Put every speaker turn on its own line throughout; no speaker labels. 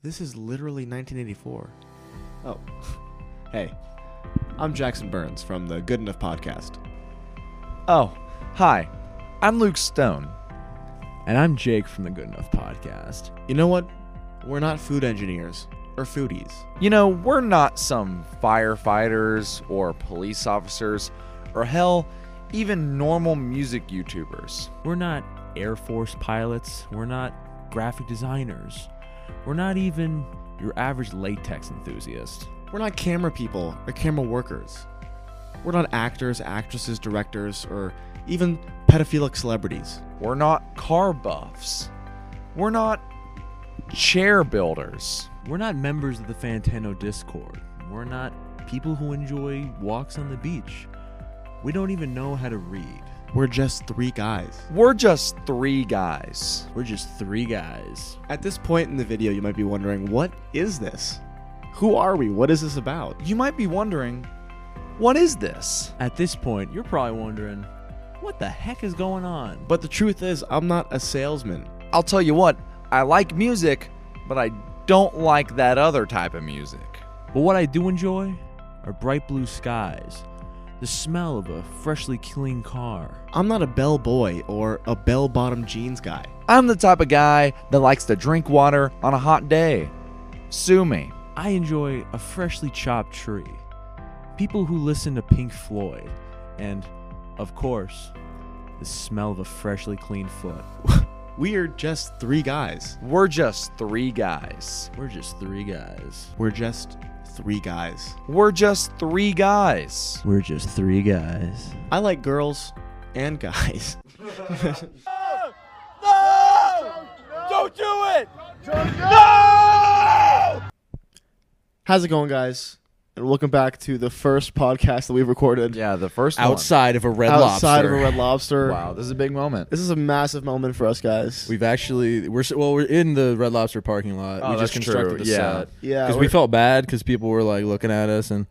This is literally 1984.
Oh, hey, I'm Jackson Burns from the Good Enough Podcast.
Oh, hi. I'm Luke Stone. And I'm Jake from the Good Enough Podcast.
You know what? We're not food engineers or foodies.
You know, we're not some firefighters or police officers or hell, even normal music YouTubers.
We're not Air Force pilots. We're not graphic designers. We're not even your average latex enthusiast.
We're not camera people or camera workers. We're not actors, actresses, directors, or even pedophilic celebrities.
We're not car buffs. We're not chair builders.
We're not members of the Fantano Discord. We're not people who enjoy walks on the beach. We don't even know how to read.
We're just three guys.
We're just three guys.
We're just three guys.
At this point in the video, you might be wondering what is this? Who are we? What is this about?
You might be wondering, what is this?
At this point, you're probably wondering, what the heck is going on?
But the truth is, I'm not a salesman.
I'll tell you what, I like music, but I don't like that other type of music.
But what I do enjoy are bright blue skies, the smell of a freshly clean car.
I'm not a bell boy or a bell bottom jeans guy.
I'm the type of guy that likes to drink water on a hot day. Sue me.
I enjoy a freshly chopped tree, people who listen to Pink Floyd, and, of course, the smell of a freshly cleaned foot.
We are just three guys.
We're just three guys.
We're just three guys.
We're just three guys.
We're just three guys.
We're just three guys.
I like girls and guys. How's it going, guys? And welcome back to the first podcast that we've recorded
Yeah, the first
Outside of a red
outside
lobster.
of a Red Lobster.
one. Wow, this is a big moment.
This is a massive moment for us, guys.
We've actually we're s- well we're in the Red Lobster parking lot.
Oh,
we just
that's
constructed
true,
the
yeah.
set
yeah,
because
we're-
we felt bad because people were like looking at us and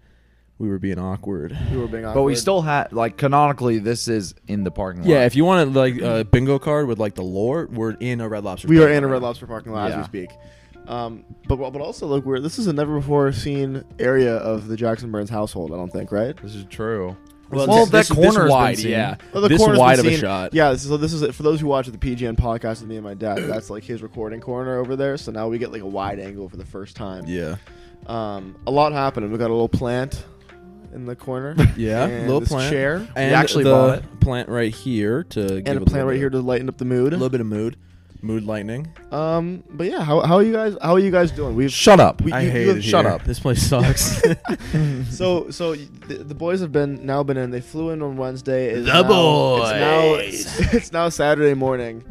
we were being awkward.
we were being
But we
awkward.
still had like canonically this is in the parking lot.
Yeah, if you wanted like a bingo card with like the lore, we're in a Red Lobster.
we are
parking
in a
lot.
Red Lobster parking lot as we
Yeah.
speak. Um, but but also look, we're this is a never before seen area of the Jackson Burns household. I don't think, right?
This is true.
Well,
Well,
this-
that corner's been
wide,
seen.
yeah.
Well, the
this
corner's
wide
been
of a
seen-
shot.
Yeah, so this is for those who watch the PGN podcast with me and my dad. That's like his recording corner over there. So now we get like a wide angle for the first time.
Yeah.
Um, a lot happened. We got a little plant in the corner.
Yeah,
and
little
this
plant.
chair
And
actually
the
bought
plant right here to
and a plant right here to lighten up the mood.
a little bit of mood, mood lightning.
Um, but yeah, how, how are you guys? How are you guys doing? We've
Shut up.
we,
I
you- you
hate
have-
it.
shut
here.
up.
This place sucks.
So so the, the boys have been now been in. They flew in on Wednesday. It's
The
now, It's now, it's now Saturday morning.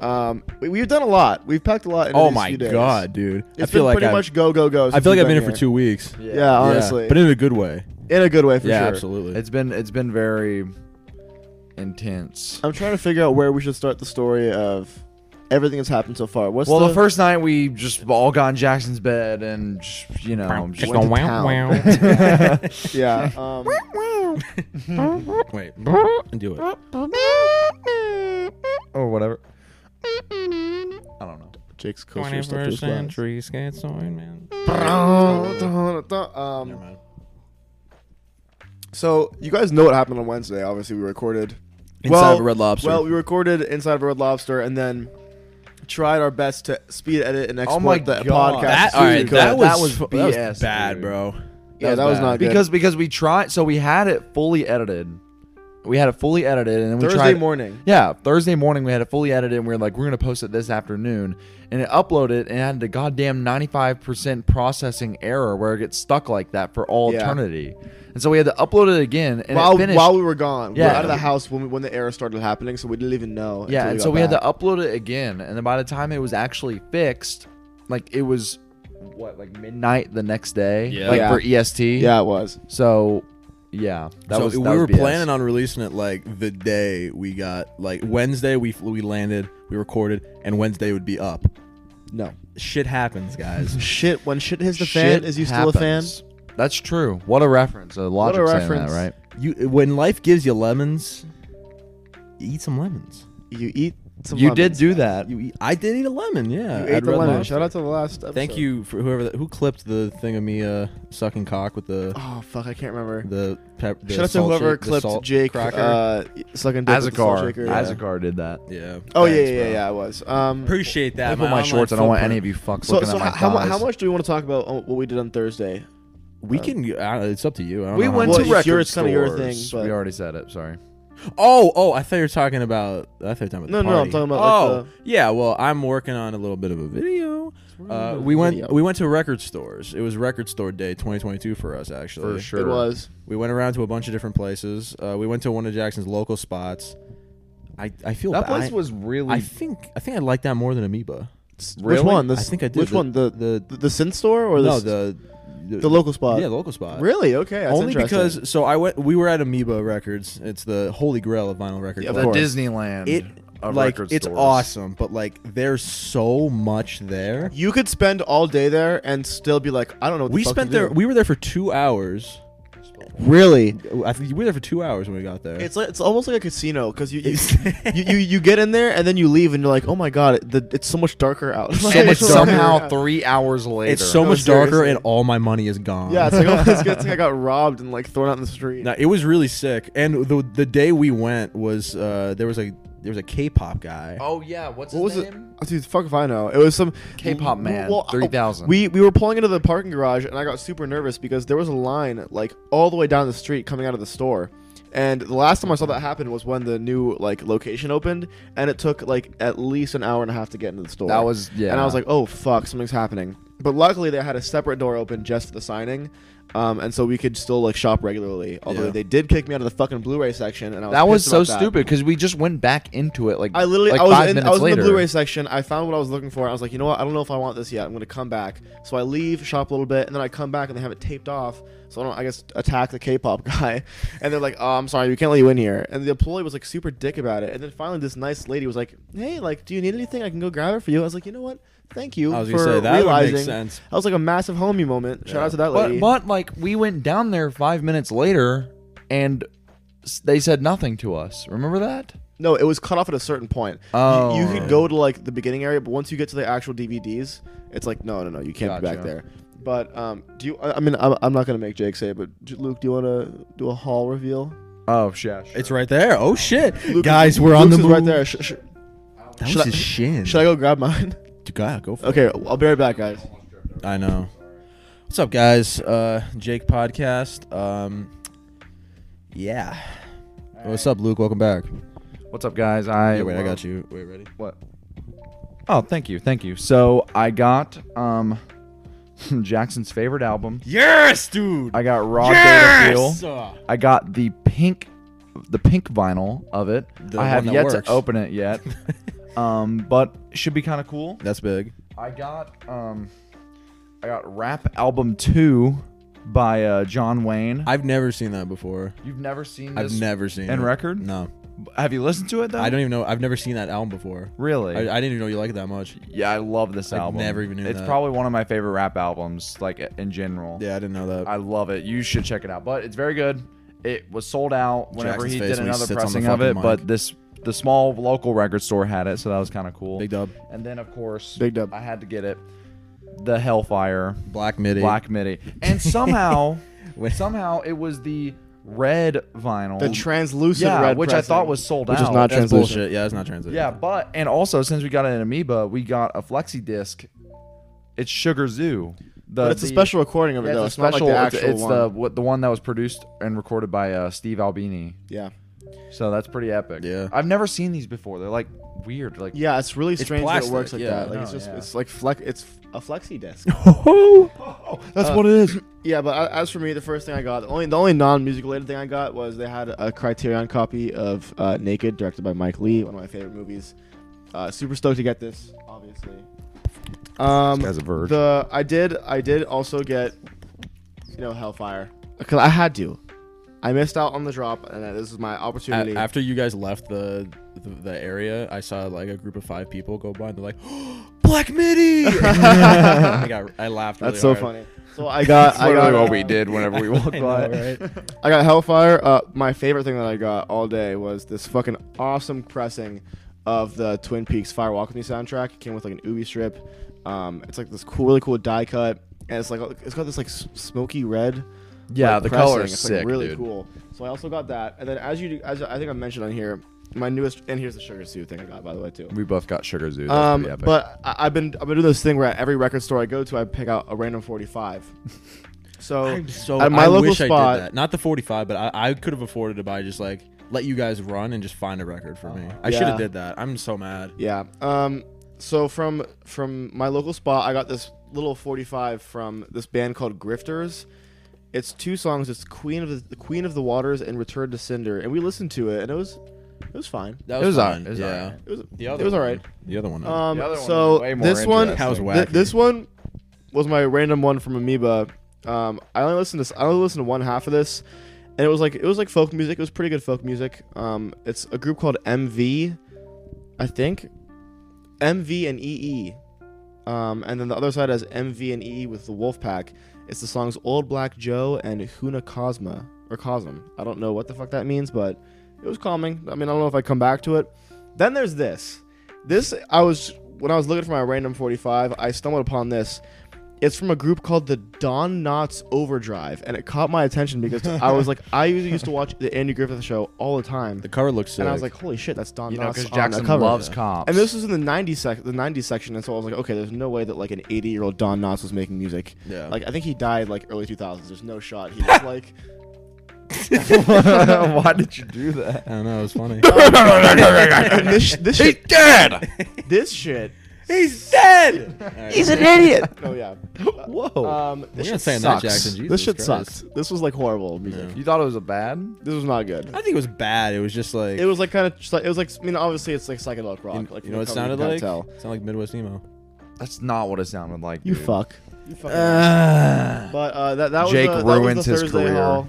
Um, we, we've done a lot. We've packed a lot. Into
oh
these
my
few days.
god, dude! I
It's
feel
been
like
pretty
I've-
much go go go.
I
since
feel like
we've
I've been here
been
for two weeks.
Yeah, honestly,
but in a good way.
in a good way for
yeah,
sure.
absolutely.
It's been it's been very intense.
I'm trying to figure out where we should start the story of everything that's happened so far. What's
well,
the,
the, first night we just all got in Jackson's bed and just, you know just
went to town. yeah. Um,
Wait, and do it.
or whatever. I don't know.
Jake's coaster stuff. just lines.
schizoid man.
Um, So you guys know what happened on Wednesday. Obviously, we recorded
Inside
well,
of a Red Lobster.
Well, we recorded inside of a Red Lobster, and then tried our best to speed edit and export
Oh my
the
God.
podcast.
that,
as soon
all
as
right,
we could.
that was,
was
that was
BS,
bad,
dude.
bro.
yeah, that was
bad.
not good.
Because because we tried so we had it fully edited. We had it fully edited and then we
Thursday
tried
morning,
Yeah, Thursday morning we had it fully edited and we were like, we're gonna post it this afternoon. And it uploaded and it had the goddamn ninety five percent processing error where it gets stuck like that for all
Yeah.
eternity. And so we had to upload it again and
while
it finished
while we were gone, we were
Yeah.
out of the house when we, when the error started happening, so we didn't even know.
Yeah,
until
and
got
so we had
back.
to upload it again, and then by the time it was actually fixed, like it was what like midnight the next day,
Yeah.
like
Yeah.
for EST.
Yeah, it was.
So, yeah, that
so
was
we were planning on releasing it like the day we got like Wednesday. We flew, we landed, we recorded, and Wednesday would be up.
No
Shit happens, guys.
shit. When shit hits the fan, is you still a fan?
fan? That's true. What a reference. A logic
a
saying that,
reference.
right?
you when life gives you lemons, you eat some lemons.
You eat some
you did
lemons.
do that.
You, eat- I did eat a lemon. Yeah,
You
at
ate the
Red
lemon.
Lobster.
Shout out to the last. Episode.
Thank you for whoever that, who clipped the thing of me uh, sucking cock with the
Oh fuck, I can't remember.
the pep. The
Shout out to
salt
whoever
shake- the
clipped
salt
Jake
cracker.
uh, sucking dick with the salt shaker.
Yeah.
Azagar did that.
yeah.
Oh yeah,
thanks,
yeah,
bro.
yeah, yeah. I was. Um,
Appreciate that.
I put my
online
shorts. I don't want
footprint.
any of you fucks
so
looking
so
at my
how, mu-
thighs.
how much do we want to talk about uh, what we did on Thursday?
We can. I don't- it's up to you. I don't
We
know how
went
Well,
much-
to
it's
record
your- it's kinda your thing,
stores.
but-
We already said it. Sorry.
Oh, oh! I thought you were talking about. I thought you were talking about.
No,
the
no, I'm
party.
talking about, like,
Oh, yeah. Well, I'm working on a little bit of a video. Uh, we went.
video.
We went to record stores. It was Record Store Day 2022 for us, actually.
For sure.
It was.
We went around to a bunch of different places. Uh, we went to one of Jackson's local spots. I, I feel
That
ba-
place
I-
was really.
I think I think I like that more than Amoeba.
Really?
Which one? The,
I think I did.
Which
the-
one? The
the
the, the synth store or the
no
s-
the
the local spot?
Yeah, the local spot.
Really? Okay. That's
Only
interesting.
because so I went. We were at Amoeba Records. It's the holy grail of vinyl records.
Yeah, of
the
course.
Disneyland.
it
of
like
record
it's
stores.
awesome, but like there's so much there.
you could spend all day there and still be like, I don't know. What the
We
fuck to
spent
do.
there. We were there for two hours.
really.
I think we were there for two hours when we got there.
It's like, it's almost like a casino because you you, you you you get in there and then you leave and you're like, oh my god, it, the, it's so much darker out.
So
Like,
much
it's so much
somehow
darker out.
three hours later.
It's so
No,
much darker,
seriously.
and all my money is gone.
Yeah, it's like, oh, it's, good. it's like I got robbed and like thrown out in the street.
No, it was really sick. And the the day we went was uh, there was a there was a K-pop guy.
Oh yeah. What's
What was it? Oh, dude, fuck if I know. It was some
K-pop
w-
man.
well, I-
Three thousand.
We we were pulling into the parking garage and I got super nervous because there was a line like all the way down the street coming out of the store. And the last time I saw that happen was when the new like location opened, and it took like at least an hour and a half to get into the store.
That was- yeah.
And I was like, oh fuck, something's happening. But luckily they had a separate door open just for the signing, um, and so we could still like shop regularly. Although
Yeah.
they did kick me out of the fucking Blu-ray section, and I was
that was
pissed
so
about that.
stupid because we just went back into it like
I literally
like
I was
five
in I
minutes
was in
later.
the Blu-ray section. I found what I was looking for. I was like, you know what? I don't know if I want this yet. I'm gonna come back. So I leave, shop a little bit, and then I come back and they have it taped off. So I don't I guess attack the K-pop guy, and they're like, oh, I'm sorry, we can't let you in here. And the employee was like super dick about it. And then finally, this nice lady was like, hey, like, do you need anything? I can go grab it for you. I was like, you know what? Thank you
I was
for
gonna say that
realizing.
would make sense.
That was like a massive homie moment. Shout out to that lady.
But but like we went down there five minutes later and s- they said nothing to us. Remember that?
No, it was cut off at a certain point. You-
Oh.
You, could go to like the beginning area, but once you get to the actual DVDs, it's like no, no, no, you can't be back
Gotcha.
there. But um, do you? I I mean, I'm, I'm not gonna make Jake say, it, but J- Luke, do you want to do a hall reveal?
Oh yeah.
It's right there. Oh shit,
Luke
guys,
is-
we're on
Luke's
the
is
move.
right there. Sh- sh-
That
Should
was
I-
his shin.
should I go grab mine?
God, go for
okay, I'll be right back, guys.
it. I know. What's up, guys? Uh, Jake podcast. Um, yeah. What's up, Luke? Welcome back.
What's up, guys? I
Yeah, wait, I got you. Wait, ready?
What? Oh, thank you, thank you. So I got um Jackson's favorite album.
Yes, dude.
I got Raw Data Feel.
Uh,
I got the pink, the pink vinyl of it.
The
I have
one that
yet
works.
to open it yet, um, but should be kind of cool.
That's big.
I got um, I got Rap Album Two by uh, John Wayne.
I've never seen that before.
You've never seen
I've
this?
never seen
in
it.
record?
No,
Have you listened to it though?
I don't even know. I've never seen that album before.
really.
I, I didn't even know you liked it that much.
yeah, I love this
I
album.
never even knew
It's
that.
probably one of my favorite rap albums, like in general.
Yeah, I didn't know that.
I love it. You should check it out. But it's very good. It was sold out whenever
Jackson's
he
face
did
when he
another
sits on the
pressing of it.
fucking mic.
But this the small local record store had it, so that was kind of cool.
Big dub.
And then of course,
Big dub.
I had to get it. The Hellfire,
Black Midi.
Black Midi, and somehow, somehow it was the red vinyl.
The translucent
yeah,
red,
which
pressing.
I thought was sold
Which
out.
is not
That's
Translation.
bullshit. Yeah, it's not translated.
Yeah, but and also since we got an amoeba, we got a flexi disc. It's Sugar Zoo. The,
But it's a
the-
special recording of it
yeah,
though.
it's a
It's not
special.
like the
it's-
actual
it's
one.
the what, the one that was produced and recorded by uh, Steve Albini.
yeah,
So that's pretty epic.
Yeah.
I've never seen these before. They're like weird. Like
yeah. It's really strange that
plastic,
it works like
yeah.
that. Like it's
No,
just
yeah.
it's like flex. It's a flexi disc. Oh,
that's what it is.
Yeah, but a- as for me, the first thing I got, the only the only non music related thing I got was they had a Criterion copy of uh, Naked, directed by Mike Lee, one of my favorite movies. Uh, super stoked to get this, obviously. Um,
This guy's a verge.
The I did I did also get, you know, Hellfire because I had to. I missed out on the drop, and uh, this is my opportunity.
A- after you guys left the, the the area, I saw like a group of five people go by and they're like, "Black Midi!" I, got, I laughed. Really
That's so
hard.
funny. So I got I got uh,
did whenever we walked
I know, right?
I got Hellfire. Uh, my favorite thing that I got all day was this fucking awesome pressing of the Twin Peaks Fire Walk with Me soundtrack. It came with like an Ubi strip. Um, it's like this cool, really cool die cut, and it's like it's got this like s- smoky red.
Yeah,
like,
the
pressing.
color is
it's,
sick,
like, really
dude.
cool. So I also got that, and then as you as I think I mentioned on here, my newest and here's the Sugar Sue thing I got by the way too.
We both got Sugar Zoo. That's
Um,
pretty epic.
but I, I've been I've been doing this thing where at every record store I go to, I pick out a random 45. So
I'm so
at my
I
local
wish I
spot-
did that. Not the 45, but I, I could have afforded to buy just like let you guys run and just find a record for me. I should
Yeah.
have did that. I'm so mad.
yeah, um, so from from my local spot, I got this little 45 from this band called Grifters. It's two songs. It's Queen of the, the Queen of the Waters and Return to Cinder, and we listened to it, and it was it was fine.
That
was all-
fun.
it was all
yeah.
right.
It was
The other
it was all
one-
right.
The other one. uh,
Um,
The other one
so
was way more
this one,
interesting.
That was
Th-
wacky.
this one was my random one from Amoeba. Um, I only listened to s- I only listened to one half of this, and it was like it was like folk music. It was pretty good folk music. Um, it's a group called MV, I think, MV and EE, um, and then the other side has MV and EE with the Wolfpack. It's the songs Old Black Joe and Huna Cosma or Cosm. I don't know what the fuck that means, but it was calming. I mean, I don't know if I come back to it. Then there's this. This I was when I was looking for my random 45, I stumbled upon this. It's from a group called the Don Knotts Overdrive, and it caught my attention because I was like, I used to watch the Andy Griffith Show all the time,
the cover looks sick.
and I was like, holy shit, that's Don
you know,
Knotts
because
on
Jackson
a cover.
loves cops.
and this was in the 90s sec- the 90s section, and so I was like, okay, there's no way that like an 80 year old Don Knotts was making music.
yeah.
Like I think he died like early 2000s. There's no shot. He was like,
Why did you do that?
I don't know. It was funny.
and this this shit,
dead.
this shit.
He's dead.
He's an idiot. Oh yeah.
Whoa.
Um, this
Oh. We're not
shit
saying that,
sucks.
Jackson. Jesus
this shit
Christ.
sucked. This was like horrible music.
you thought it was a bad?
This was not good.
I think it was bad. It was just like
It was like kind of it was like I mean obviously it's like psychedelic rock.
you,
like
you know what it
from the
sounded
cover
like?
you can kinda
It sounded like Midwest emo.
That's not what it sounded like.
You
dude.
fuck. You fucking but uh, that that was
Jake
the, that was the
ruins his
Thursday
career.
Haul.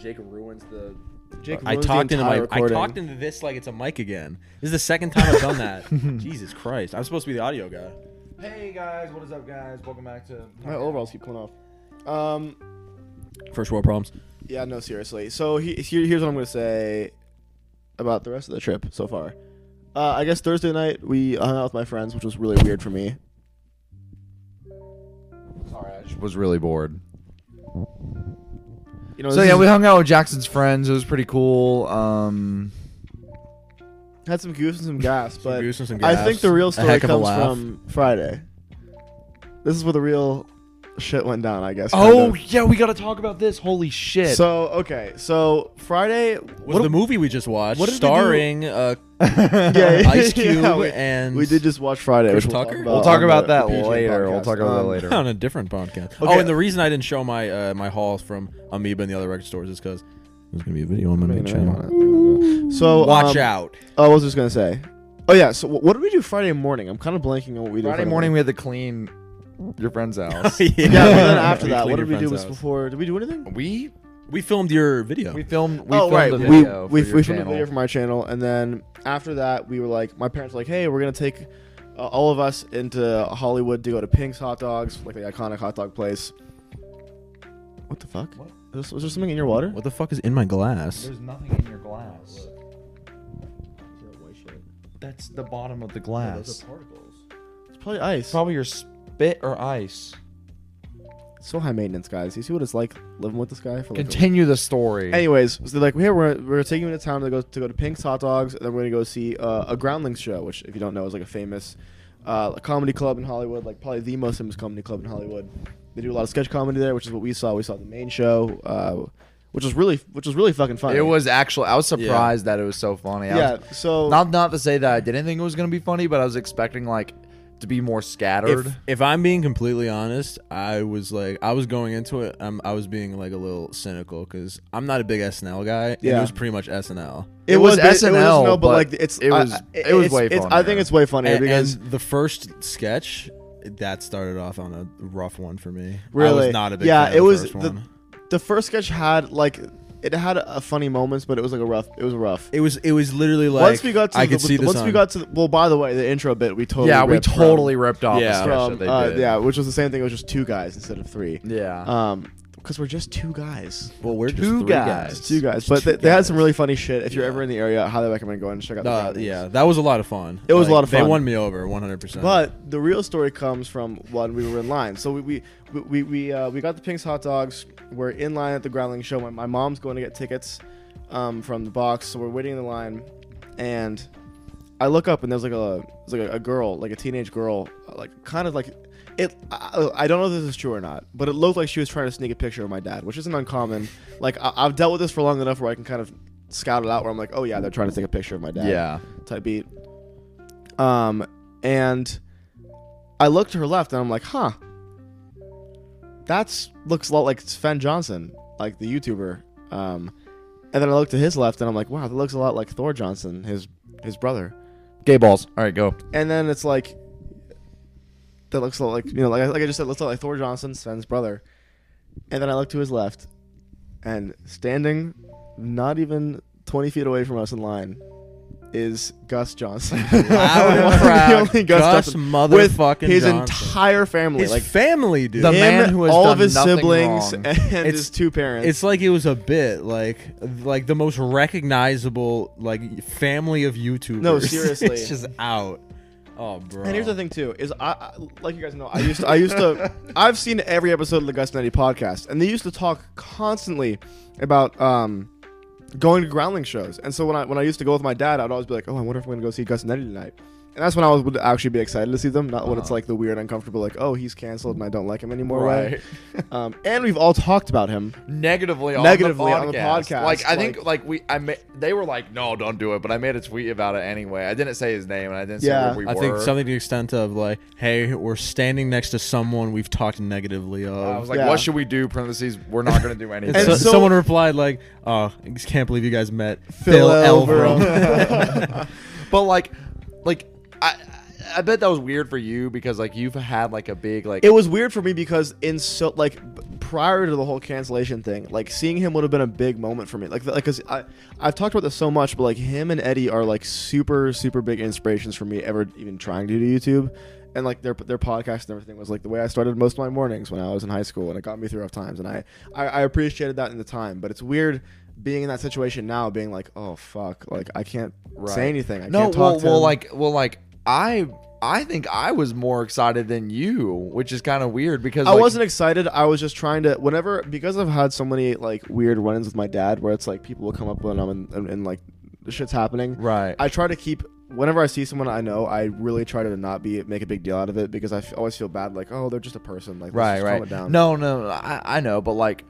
Jake ruins the.
Jake
I
ruins the
talked into my.
entire recording.
I talked into this like it's a mic again. This is the second time I've done that. Jesus Christ! I'm supposed to be the audio guy.
Hey guys, what is up, guys? Welcome back to.
my overalls keep coming off. Um,
First world problems.
Yeah, no, seriously. So he, here, here's what I'm gonna say about the rest of the trip so far. Uh, I guess Thursday night we hung out with my friends, which was really weird for me.
Sorry, I just was really bored.
You know,
So
this
yeah,
is-
we hung out with Jackson's friends. It was pretty cool. Um,
had some goose and some gas, but
goose and some
I
gas.
think the real
A
story
heck of a
comes
laugh.
from Friday. This is where the real shit went down, I guess. kind
oh
of.
yeah, we got to talk about this. Holy shit!
so okay, so Friday,
Was
what
the movie we just watched
what did we do-
starring uh,
yeah,
Ice Cube
yeah, we,
and
we did just watch Friday.
Chris
which we'll
Tucker?
talk about,
we'll talk
on
about
the-
that
the PG
later. We'll
podcast.
talk about that
Um,
later.
on a different podcast. Oh,
Okay.
and the reason I didn't show my uh, my haul from Amoeba and the other record stores is because there's gonna be a video on my main channel.
So
Watch
um,
out!
Oh, I was just gonna say. Oh yeah. So wh- what did we do Friday morning? I'm kind of blanking on what we did.
Friday morning we had to clean your friend's house.
yeah,
Yeah. but then after
We
that,
cleaned
what
your
did we do?
friend's
Was
house.
before? Did we do anything?
we
we filmed your video.
we filmed. We
oh
filmed
right.
a
we
video
we,
for your
we filmed a
channel.
video for my channel, and then after that, we were like, my parents were like, hey, we're gonna take uh, all of us into Hollywood to go to Pink's Hot Dogs, like the iconic hot dog place. What the fuck?
What?
Was, was there something in your water?
what the fuck is in my glass?
There's nothing in your glass. That's the bottom of the glass.
It's probably ice.
Probably your spit or ice.
So high maintenance, guys. You see what it's like living with this guy for like a
Continue the story.
Anyways, so they're like, "Hey, we're we're taking you into town to go to go to Pink's Hot Dogs, and then we're gonna go see uh, a Groundlings show, which, if you don't know, is like a famous uh, comedy club in Hollywood, like probably the most famous comedy club in Hollywood. They do a lot of sketch comedy there, which is what we saw. We saw the main show, uh, which was really which was really fucking funny.
It was actual. I was surprised that it was so funny. I
yeah.
was,
So
not not to say that I didn't think it was gonna be funny, but I was expecting like to be more scattered.
If, if I'm being completely honest, I was like, I was going into it, I'm, I was being like a little cynical because I'm not a big SNL guy. and
Yeah.
it was pretty much SNL.
it was
ba- it
SNL,
no,
but
like it's
it
I-
was-
I-
it was
it's-
way
it's- I think
funnier.
it's way funnier
And,
because
and the first sketch that started off on a rough one for me. I
Really?
was not a big
Yeah,
fan of
it
the
was
first
the-
one.
the first sketch had like it had a, a funny moments, but it was like a rough. It was rough.
It was it was literally like
once we got to
I
the,
could see the
once
sun.
we got to the, well by the way the intro bit we totally
yeah, we
ripped from- uh,
totally ripped off.
Yeah.
Yeah,
from, uh, yeah which was the same thing it was just two guys instead of three
yeah.
um because we're just two guys.
Well, we're just
Two
three
guys.
guys.
Two guys,
Just
but
two
they, they had some
guys.
really funny shit. If you're
Yeah.
ever in the area, I highly recommend going and check out the
Uh,
Groundlings.
yeah, that was a lot of fun.
It was a lot of
They
fun.
won me over 100. percent
But the real story comes from when we were in line. So we we we we, we, uh, we got the Pink's hot dogs. We're in line at the Growling show. My, my mom's going to get tickets um, from the box, so we're waiting in the line, and I look up and there's like a there's like a, a girl, like a teenage girl, uh, like kind of like it. I, I don't know if this is true or not, but it looked like she was trying to sneak a picture of my dad, which isn't uncommon. Like I, I've dealt with this for long enough where I can kind of scout it out, where I'm like, oh yeah, they're trying to take a picture of my dad
Yeah.
type beat. Um, and I looked to her left and I'm like, huh, that's looks a lot like Sven Johnson, like the YouTuber. Um, and then I looked to his left and I'm like, wow, that looks a lot like Thor Johnson, his his brother.
Gay balls. All right, go.
And then it's like, that looks a lot like you know, like I, like I just said, looks a lot like Thor Johnson, Sven's brother. And then I looked to his left, and standing, not even 20 feet away from us in line, is Gus Johnson.
Loud and
One of the
proud.
only
Gus
with
motherfucking
his
Johnson.
entire family,
his
like
family, dude.
The
him,
man who has
all of
done
his
nothing
siblings
wrong.
and his
It's-
two parents.
It's like it was a bit like like the most recognizable like family of YouTubers.
No, seriously.
it's just out. Oh, bro.
And here's the thing too is I, I like you guys know I used to, I used to I've seen every episode of the Gus Nutty podcast and they used to talk constantly about um going to groundling shows and so when I when I used to go with my dad I'd always be like oh I wonder if I'm gonna go see Gus Nutty tonight and that's when I was would actually be excited to see them not when it's like the weird uncomfortable like oh he's canceled and I don't like him anymore way. um, and we've all talked about him
Negatively, on
Negatively
the
on the podcast,
Like I think,
like-
like we, I ma- they were like, no, don't do it. But I made a tweet about it anyway. I didn't say his name, and I didn't say
Yeah.
where we
I
were.
think something to the extent of like, hey, we're standing next to someone we've talked negatively of.
I was like,
Yeah.
what should we do? Parentheses, we're not going to do anything.
and so-
And so-
someone replied like, "Oh, I just can't believe you guys met
Phil
Phil, Elverum."
but like, like I, I bet that was weird for you because like you've had like a big like
it was weird for me because in so like b- prior to the whole cancellation thing, like seeing him would have been a big moment for me. Like like because I I've talked about this so much, but like him and Eddie are like super super big inspirations for me ever even trying to do YouTube. And like their their podcast and everything was like the way I started most of my mornings when I was in high school, and it got me through rough times. And I I, I appreciated that in the time, but it's weird being in that situation now, being like, oh fuck, like I can't say anything. I
no,
can't talk
well,
to
well,
him.
like, well, like I, I think I was more excited than you, which is kind of weird because
I
like,
wasn't excited. I was just trying to. Whenever because I've had so many like weird run-ins with my dad, where it's like people will come up when I'm in, and, and like shit's happening.
right.
I try to keep whenever I see someone I know, I really try to not be make a big deal out of it because I f- always feel bad. Like oh, they're just a person. Like let's
right
just
right
calm it down.
no no no, I, I know but like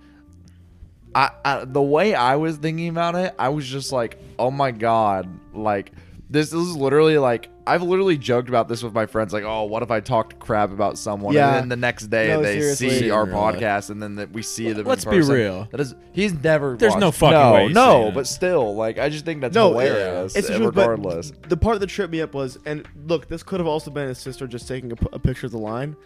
I, I the way i was thinking about it i was just like oh my god like this, this is literally like i've literally joked about this with my friends like oh what if i talked crap about someone
Yeah.
and then the next day
No,
they
seriously.
see our
Yeah.
podcast and then that we see them in
Let's be
person.
real.
that is he's never
There's
watched-
no fucking
no,
way he's seen
no
it.
but still like i just think that's
No, it-
hilarious eh,
it's the truth, but
regardless
the part that tripped me up was, and look, this could have also been his sister just taking a, p- a picture of the line,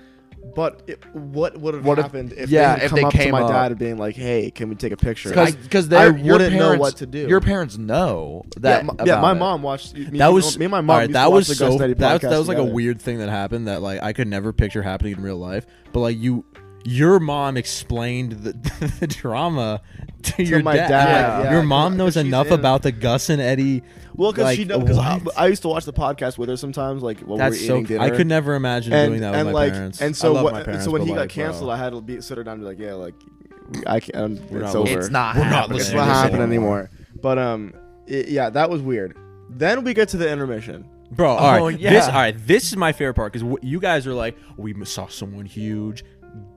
but it, what would have
What if-
happened if
yeah,
they had
if
come
they
up to
came
my
up.
dad and being like, "Hey, can we take a picture?" I-
because
I
they
wouldn't know what to do.
your parents know that
yeah, m- yeah,
about
my
it.
mom watched. Me,
that was
me and my mom.
all right,
used to
that
watch
was
the
so
Ghost Daddy
that, was- that
podcast
was like a
together.
weird thing that happened that like I could never picture happening in real life. But like you, your mom explained the, the drama to, your
my
dad.
dad,
Like,
yeah,
your
'cause-
mom knows
'cause she's
enough
in-
about the Gus and Eddie.
Well, because
like,
she because I,
what?
I used to watch the podcast with her sometimes, like when
that's
we were
so.
eating dinner.
I could never imagine
and,
doing that with
and
my
like
parents.
and
I
so
love
what,
my
and
parents,
so when
but,
he got
like, bro.
canceled, I had to be sit her down and be like, yeah, like I can't. um,
We're
It's
not
over.
listening.
it's not
We're not
happening.
It's
listening
not
to this
happening
anymore.
anymore. But um, it, yeah, that was weird. Then we get to the intermission.
Bro, all right.
Oh,
This,
yeah.
all right. This is my favorite part because wh- you guys are like, we m- saw someone huge,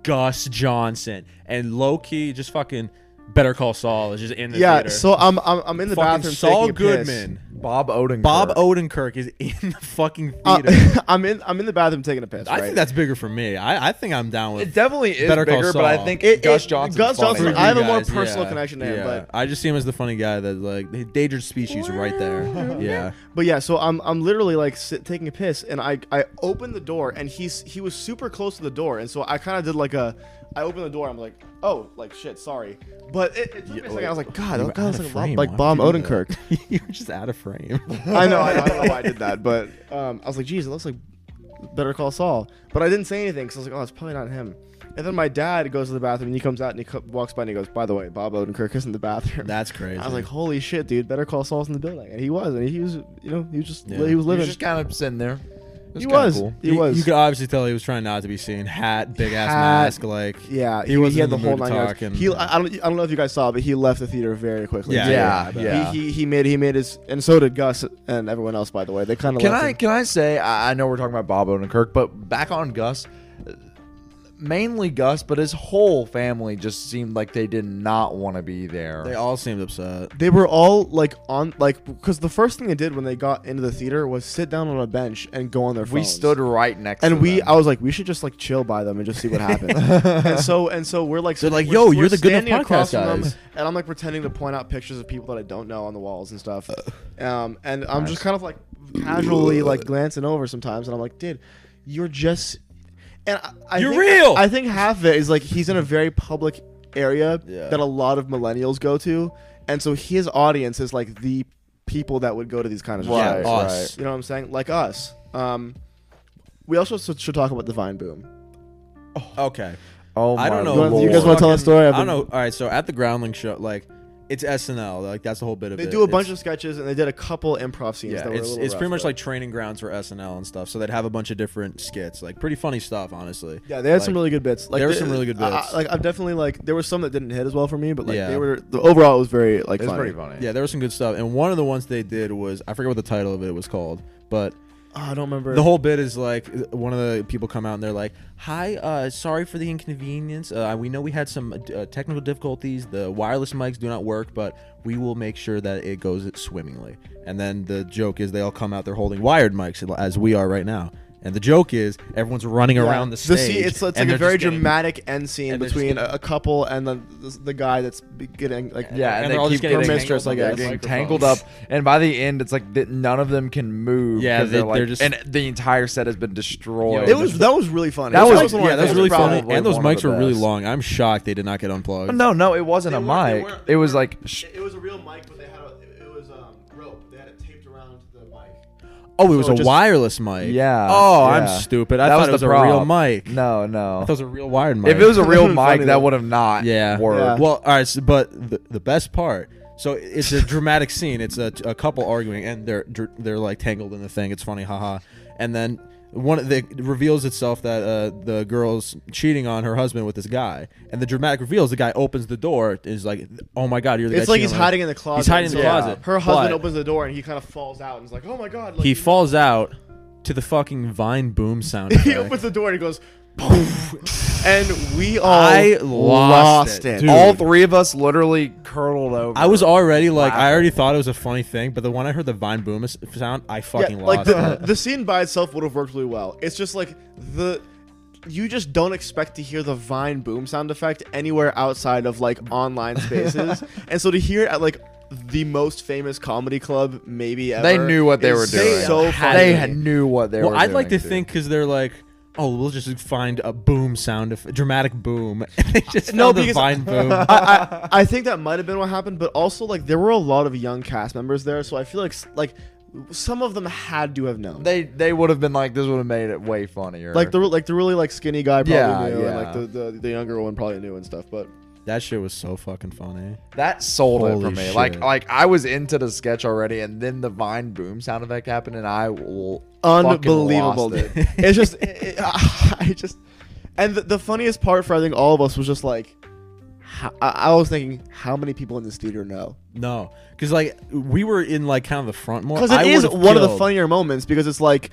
Gus Johnson, and low key, just fucking Better Call Saul is just in the
yeah,
theater.
so I'm, I'm I'm in the
fucking
bathroom
Saul
taking a piss.
Goodman,
Bob Odenkirk.
Bob Odenkirk is in the fucking
Uh,
theater.
I'm in I'm in the bathroom taking a piss.
I
right?
think that's bigger for me. I, I think I'm down with
It definitely is
Better Call
bigger, but I
Saul.
think
It-
Gus
it-
Johnson.
Gus Johnson-
for
I have a
you
more
guys,
personal connection to him, but-
I just see him as the funny guy that like the endangered species right there. Yeah,
But yeah, so I'm I'm literally like sit, taking a piss, and I I opened the door, and he's he was super close to the door, and so I kind of did like a, I opened the door, I'm like, oh, like shit, sorry, but it, it took me a second. I was like, Oh, God,
You
that
were
guy
out
looks
of
like,
frame.
Bob, like
Why'd
Bob
you do that?
Odenkirk.
you're just out of frame.
I know, I, I don't know why I did that, but um, I was like, geez, it looks like Better Call Saul. But I didn't say anything because I was like, oh, it's probably not him. And then my dad goes to the bathroom and he comes out and he co- walks by and he goes, by the way, Bob Odenkirk is in the bathroom.
That's crazy.
I was like, holy shit, dude! Better Call Saul's in the building, and he was, and he was, you know, he was just,
Yeah.
he was living.
He's just kind of sitting there. It's
he
kinda
was,
cool.
he
You-
was,
You could obviously tell he was trying not to be seen. Hat, big ass
Hat.
mask, like
yeah.
He
He, he,
wasn't
had
in the
the whole
mood
nine
to
yards.
talk and-
He, I, I don't, I don't know if you guys saw, but he left the theater very quickly.
Yeah,
Yeah,
yeah,
yeah.
He, he he made he made his, and so did Gus and everyone else. By the way, they kind of
Can
left
I
him.
can I say I, I know we're talking about Bob Odenkirk, but back on Gus, uh, mainly Gus, but his whole family just seemed like they did not want to be there.
they all seemed upset.
they were all like on like because the first thing they did when they got into the theater was sit down on a bench and go on their phones.
we stood right next to
and we
them.
I was like we should just like chill by them and just see what happens. and so and so we're like
They're like,
we're-
"Yo,
we're
you're the good enough
standing across
podcast
from them,
guys."
and I'm like pretending to point out pictures of people that I don't know on the walls and stuff. Um, and I'm just kind of like casually like glancing over sometimes, and I'm like, dude, you're just and I, I
You're
think-
real!
I think half of it is like he's in a very public area
Yeah.
that a lot of millennials go to, and so his audience is like the people that would go to these kind of
Right,
shows.
us.
You know what I'm saying? Like us. Um, we also should should talk about the Vine Boom.
Okay.
Oh my
I don't know.
You want-
Lord.
you guys wanna tell that
Fucking-
story? I've
I don't
been-
know. All right, so at the Groundling show, like it's SNL, like that's the whole bit of
They
it.
do a bunch
It's-
of sketches and they did a couple improv scenes.
yeah.
that were a
It's
little
it's pretty
rough,
much
though.
like training grounds for SNL and stuff. So they'd have a bunch of different skits, like pretty funny stuff, honestly.
yeah, they had
like,
some really good bits. Like
there were
the-
some really good
I- I-
bits.
like I've definitely like there were some that didn't hit as well for me, but like
Yeah.
they were the, overall it was very like
It's
funny.
pretty funny.
Yeah, there was some good stuff. And one of the ones they did was I forget what the title of it was called, but
Oh, I don't remember
the whole bit is like one of the people come out and they're like, "Hi, uh, sorry for the inconvenience. Uh, we know we had some uh, technical difficulties. The wireless mics do not work, but we will make sure that it goes swimmingly." And then the joke is they all come out. They're holding wired mics as we are right now. And the joke is everyone's running
Yeah.
around the stage.
scene- it's it's like a
and they're
very
just getting-
dramatic end scene
and they're just
between
getting-
a, a couple and then the, the guy that's be- getting like
Yeah,
And
and,
they're all
they
just
keep getting,
getting
tangled up
yeah,
in
getting
microphones.
tangled up, and by the end, it's like that none of them can move.
Yeah,
'cause
they-
they're, like,
they're just-
and the entire set has been destroyed.
It was that was really funny. It
That was-
one of my
yeah, that was
favorite
really
problems.
funny. And those
one of
mics
the
were really
best.
long. I'm shocked they did not get unplugged.
no, no, it wasn't a
They weren't- they
mic.
weren't-
It was
they
like
weren't-
sh-
it was a real mic, but they had a, it was um, rope. They had it taped around the mic.
Oh, it was
So
a
just-
wireless mic.
Yeah.
Oh,
yeah.
I'm stupid. I
That
thought it was
the
a real
prop.
mic.
No,
I
no.
thought it was a real wired mic.
If it was a real
Funny
mic,
though.
that would have not
yeah.
worked.
Yeah.
Well, all right, so, but the, the best part. So it's a dramatic scene. It's a, a couple arguing, and they're dr- they're like tangled in the thing. It's funny, haha. And then one of the it reveals itself that uh, the girl's cheating on her husband with this guy, and the dramatic reveals the guy opens the door is like, oh my god, you're the guy
It's like
cheating
he's
on her."
hiding in the closet.
He's hiding in the
So
closet.
Her husband
But-
opens the door and he kind of falls out and is like, "Oh my god!" Like,
he falls out to the fucking Vine Boom sound.
He opens the door and he goes, "Boom!" and we all
I lost it, dude.
All three of us literally curdled over.
I was already like, I already thought it was a funny thing, but the one I heard the Vine Boom is- sound, I
Yeah,
fucking
like
lost
the,
it.
the scene by itself would have worked really well. It's just like the. You just don't expect to hear the Vine boom sound effect anywhere outside of like online spaces, and so to hear it at like the most famous comedy club maybe ever.
They knew what they
is
were doing.
So funny.
they had knew what they
Well,
were.
I'd like to
doing,
think because they're like, oh, we'll just find a boom sound, a dramatic boom. And they just
No,
no, the
because-
Vine Boom.
I, I, I think that might have been what happened, but also like there were a lot of young cast members there, so I feel like s- like some of them had to have known.
dude. They they would have been like, this would have made it way funnier.
like the re- like the really like skinny guy probably
Yeah,
knew,
yeah.
and like the, the the younger one probably knew and stuff. But
that shit was so fucking funny.
that sold it
Holy
for me.
shit.
Like like I was into the sketch already, and then the Vine boom sound effect happened, and I l- fucking
unbelievable,
lost it.
dude. it's just it, it- I just and the, the funniest part for I think all of us was just like how, I, I was thinking how many people in this theater know
No, because like we were in like kind of the front more.
because it is one of the funnier moments because it's like.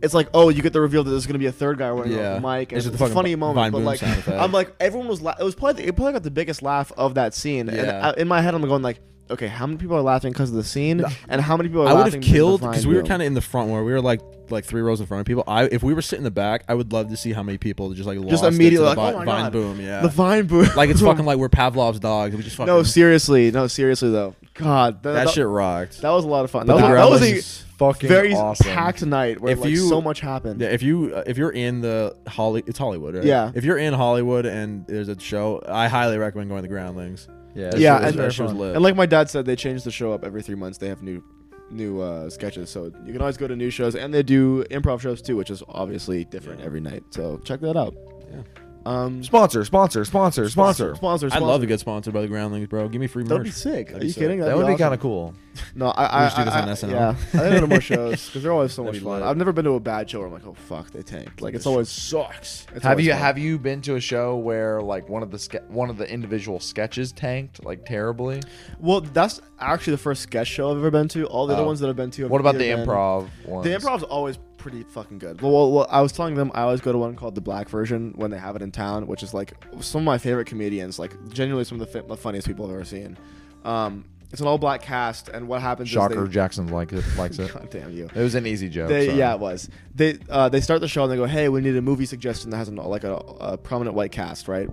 It's like, oh, you get the reveal that there's gonna be a third guy wearing
Yeah.
a mic, and it's,
It's just
a
the fucking
funny
Vine
moment. But
Boom
like,
sound effect.
I'm like, everyone was. La- it was probably it probably got the biggest laugh of that scene. And
Yeah.
I, in my head, I'm going like, okay, how many people are laughing because of the scene, and how many people are
I would
laughing
have
because of the
killed
Vine
because we were
Boom?
kind of in the front where we were like like three rows in front of people. I if we were sitting in the back, I would love to see how many people just like
just
lost it to
immediately
the
like,
Vi-
oh my
Vine
god,
Boom. Yeah,
the Vine Boom,
like it's fucking like we're Pavlov's dogs. We just fucking
No, seriously, no, seriously though. God,
that, shit rocked.
That was a lot of fun.
But
That was,
the
that
crowd
was
was
a
just
fucking
very
awesome.
packed night where
If
like
you-
so much happened.
Yeah, if you uh, if you're in the Holly, it's Hollywood, right?
Yeah.
If you're in Hollywood and there's a show, I highly recommend going to Groundlings.
Yeah,
That
Yeah,
shit was-
and-
that shit was lit.
And like my dad said, they change the show up every three months. They have new new uh, sketches. So you can always go to new shows, and they do improv shows too, which is obviously different every night. So check that out.
Yeah.
Um,
Sponsor, sponsor, sponsor, sponsor.
sponsor, sponsor.
I'd love to get sponsored by the Groundlings, bro. Give me free
That'd be
merch.
sick. Are
That'd be
you
sick.
kidding?
That would be kind of cool.
of. No, I. I
We should do this
I-
on
I-
SNL.
Yeah, I think go to more shows because they're always so much
That'd be
fun.
lit.
I've never been to a bad show where I'm like, oh fuck, they tanked. Like it's always sucks. It's
have
always
you
fun.
have you been to a show where like one of the ske- one of the individual sketches tanked like terribly?
Well, that's actually the first sketch show I've ever been to. All the other
Oh.
ones that I've been to. have
What about
either
the
been-
improv ones?
The improv's always pretty fucking good. Well, well, well, I was telling them I always go to one called the Black Version when they have it in town, which is like some of my favorite comedians, like genuinely some of the, fi- the funniest people I've ever seen. Um, it's an all black cast, and what happens?
Shocker
Is
Jackson likes it. Likes
they,
it.
God damn you.
It was an easy joke.
They,
so.
yeah, it was. They uh, they start the show and they go, "Hey, we need a movie suggestion that has an, like a, a prominent white cast, right?"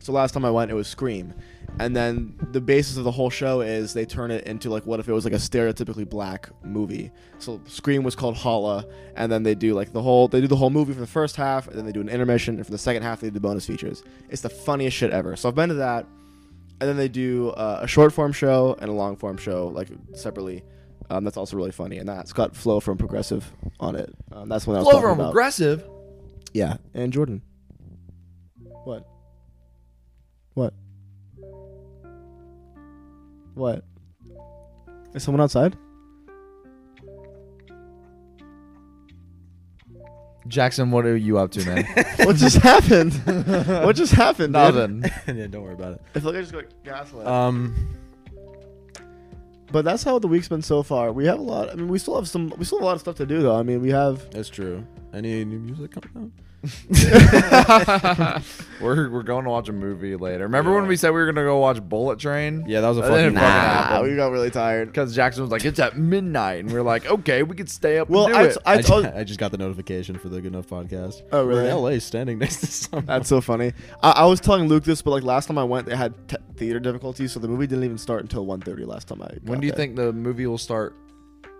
So last time I went, it was Scream, and then the basis of the whole show is they turn it into like what if it was like a stereotypically black movie. So Scream was called Holla, and then they do like the whole they do the whole movie for the first half, and then they do an intermission, and for the second half they do the bonus features. It's the funniest shit ever. So I've been to that, and then they do uh, a short form show and a long form show like separately. Um, that's also really funny, and that's got Flo from Progressive on it. Um, that's what I was
Flow
talking
from
about.
aggressive.
Yeah, and Jordan. What? What? What? Is someone outside?
Jackson, what are you up to, man?
What just happened? what just happened? dude?
Nothing. Uh,
yeah, don't worry about it.
I feel like I just got gaslit.
Um,
but that's how the week's been so far. We have a lot. I mean, we still have some. We still have a lot of stuff to do, though. I mean, we have.
that's true. Any new music coming out?
we're we're going to watch a movie later. Remember when we said we were gonna go watch Bullet Train?
Yeah, that was a
That didn't
fucking.
fucking happen.
we got really tired.
Because Jackson was like, "It's at midnight," and we are like, "Okay, we could stay up."
Well,
and do
I,
it.
I
I, ju-
told.
I just got the notification for the Good Enough podcast.
Oh,
We're
really?
in LA, standing next to someone.
That's so funny. I, I was telling Luke this, but like last time I went, they had t- theater difficulties, so the movie didn't even start until 1.30 last time I.
when
got
do you
there.
think the movie will start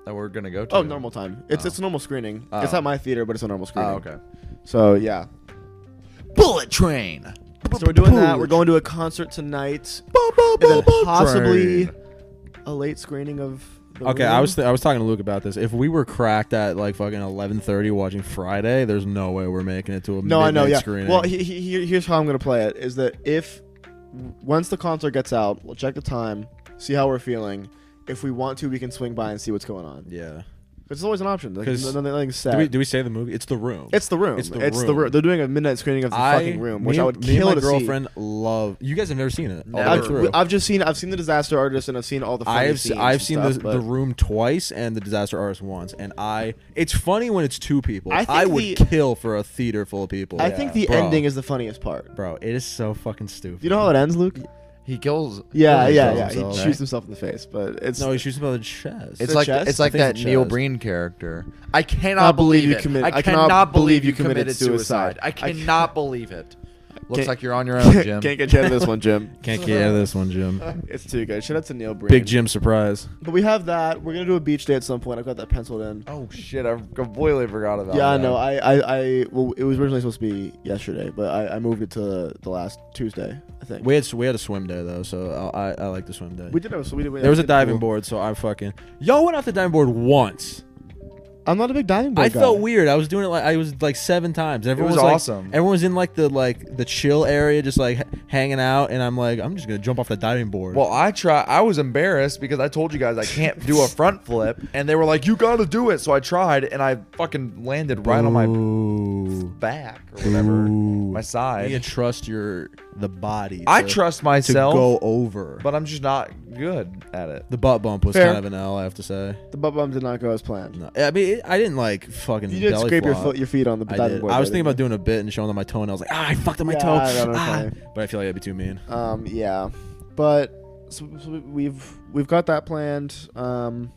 that we're gonna go to?
Oh, normal time. It's
Oh.
it's a normal screening.
Oh.
It's at my theater, but it's a normal screening.
Oh, okay.
So yeah.
Bullet Train.
So we're doing that. We're going to a concert tonight, and then possibly a late screening of. The
Okay, I
Room.
was th- I was talking to Luke about this. If we were cracked at like fucking eleven thirty watching Friday, there's no way we're making it to a
no, I know.
midnight
Yeah.
Screening.
Well, he, he, he- here's how I'm gonna play it: is that if once the concert gets out, we'll check the time, see how we're feeling. If we want to, we can swing by and see what's going on.
yeah.
It's always an option. Like,
'Cause-
nothing- nothing's set.
Do we, do we say the movie? It's the room.
it's the room.
It's The
the
Room.
room. They're doing a midnight screening of the fucking room, which
me,
I would
me
kill to
and my
see.
girlfriend love. You guys have never seen it. all the way
Never.
I've,
through.
I've just seen I've seen the Disaster Artist and I've seen all the. Funny
I've
scenes
seen, I've
and
seen
stuff,
the,
but
the room twice and the disaster artist once, and I it's funny when it's two people.
I
I,
think
would
the-
kill for a theater full of people.
I think the
Bro.
ending is the funniest part.
bro. It is so fucking stupid.
Do you know how it ends, Luke?
He kills.
Yeah,
he
yeah, yeah.
kills himself,
he
right?
shoots himself in the face, but it's
no, he shoots him by the chest.
It's
The
like
chest?
it's like
I think
that
it's the
Neil
chest.
Breen character. I cannot believe,
believe you
it.
commit-
I, cannot, believe you committed suicide. I
can't-
cannot believe it. Looks
Can't-
like you're on your own, Jim.
can't get you out of this one, Jim.
can't get out of this one, Jim.
it's too good. Shout out to Neil Breen.
Big Jim surprise.
But we have that. We're gonna do a beach day at some point. I've got that penciled in.
oh shit! I completely forgot
Oh,
about.
yeah, I
that.
know. I, I, I, well, it was originally supposed to be yesterday, but I, I moved it to the last Tuesday. I think
We had s- we had a swim day though, so I I, I like the swim day.
we did have. So we did. we
there was a
did
diving
pool.
board, so I fucking y'all went off the diving board once.
I'm not a big diving board.
I
guy.
felt weird. I was doing it like I was like seven times. Everyone
was
like,
awesome.
Everyone was in like the like the chill area, just like h- hanging out, and I'm like, I'm just gonna jump off the diving board.
Well, I try. I was embarrassed because I told you guys I can't do a front flip, and they were like, "You got to do it." So I tried, and I fucking landed right on
Ooh.
my back or whatever,
Ooh.
my
you can
side.
trust your the body.
I
to-
trust
to
myself,
go over.
but I'm just not good at it.
the butt bump was
Fair.
kind of an L, I have to say.
The butt bump did not go as planned.
No, I mean, it, I didn't like fucking.
You did
belly
scrape your
flop.
foot, your feet on the
I,
diving
did.
board.
I was
though,
thinking
didn't
about doing a bit and showing them my toe, and I was like, ah, I fucked up my
Yeah,
toe.
I don't know,
Ah.
okay.
But I feel like that'd be too mean.
you? Um, yeah, but so, so we- we've we've got that planned. Um,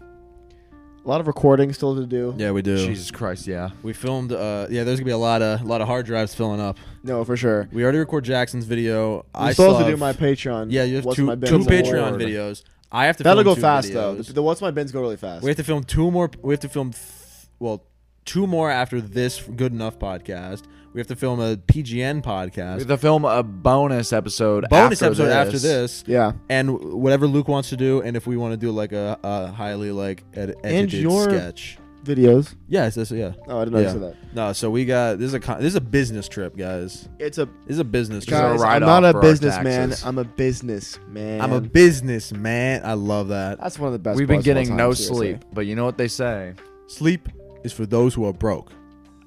a lot of recording still to do.
Yeah, we do.
Jesus Christ, yeah.
We filmed. Uh, yeah, there's gonna be a lot of a lot of hard drives filling up.
No, for sure.
We already record Jackson's video.
I
I
am still
still
have to do
have-
my Patreon.
Yeah, you have
What's
two,
my Ben's
two Patreon
award.
videos. I have to.
That'll
film
go
two
fast though.
videos.
The, the what's my bins go really fast.
We have to film two more. We have to film, th- well, two more after this good enough podcast. We have to film a PGN podcast,
The film a bonus episode.
bonus
after
episode
this.
after this,
Yeah.
and w- whatever Luke wants to do, and if we want to do like a, a highly like ed- edited
your-
sketch.
Videos.
Yes, that's yeah.
Oh, I didn't know you
Yeah.
said that.
No, so we got this is a con- this is a business trip, guys.
It's a
This is a business trip.
guys. I'm
write-off
not
for
a
our
businessman.
taxes.
I'm a businessman.
I'm a businessman. I love that.
That's one of the best.
We've been
parts of all
getting
time,
no
seriously.
sleep, but you know what they say.
Sleep is for those who are broke.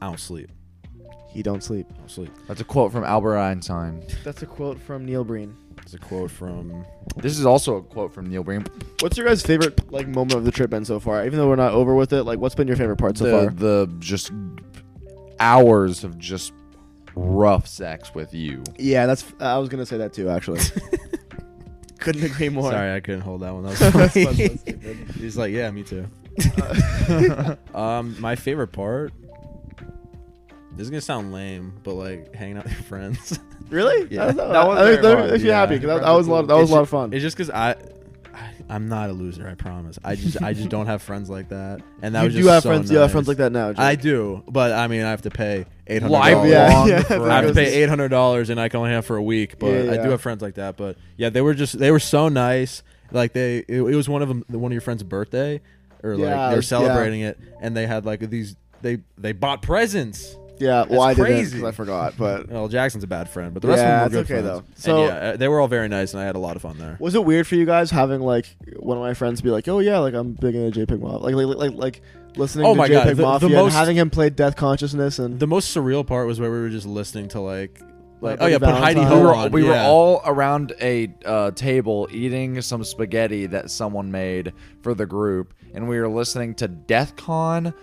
I don't sleep.
He don't sleep.
I don't sleep.
That's a quote from Albert Einstein.
That's a quote from Neil Breen.
It's a quote from
This is also a quote from Neil Breen.
What's your guys' favorite like moment of the trip been so far? Even though we're not over with it, like what's been your favorite part so
the,
far?
the just hours of just rough sex with you.
Yeah, that's. I was gonna say that too. Actually, couldn't agree more.
Sorry, I couldn't hold that one. That was
That's
funny.
fun, that's stupid.
He's like, yeah, me too. um, my favorite part. This is gonna sound lame, but like hanging out with your friends.
Really?
Yeah.
That, was.
That was
I,
very
think that
fun,
makes me
yeah.
happy 'cause that, that was a lot. That was
It's
a lot
ju-
of fun.
It's just because I, I, I'm not a loser. I promise. I just, I just don't have friends like that. And that
you
was
do
just
have
so
friends. You have
nice.
friends like that now. Jake.
I do, but I mean, I have to pay eight hundred.
Lifelong
Yeah, yeah.
friend.
I have to pay eight hundred dollars, and I can only have for a week. But
Yeah,
I
yeah.
do have friends like that. But yeah, they were just they were so nice. Like they, it, it was one of them, one of your friend's birthday, or
Yeah,
like they
yeah.
were celebrating it, and they had like these. They they bought presents.
Yeah. Well,
That's
I didn't
crazy.
because I forgot. But
Well, Jackson's a bad friend, but the rest
Yeah,
of them were
it's
good
okay,
friends.
though.
And
So-
yeah, uh, they were all very nice, and I had a lot of fun there.
was it weird for you guys having like one of my friends be like, "Oh yeah, like I'm big into JPEG Mafia," like like like, like listening
Oh
to
my
JPEG
God, the- the
Mafia and
most-
having him play Death Consciousness and
The most surreal part was where we were just listening to like, like oh
Buddy
yeah, put Heidi
Valentine.
Ho
we were,
on.
we were
yeah.
all around a uh, table eating some spaghetti that someone made for the group, and we were listening to Death Con,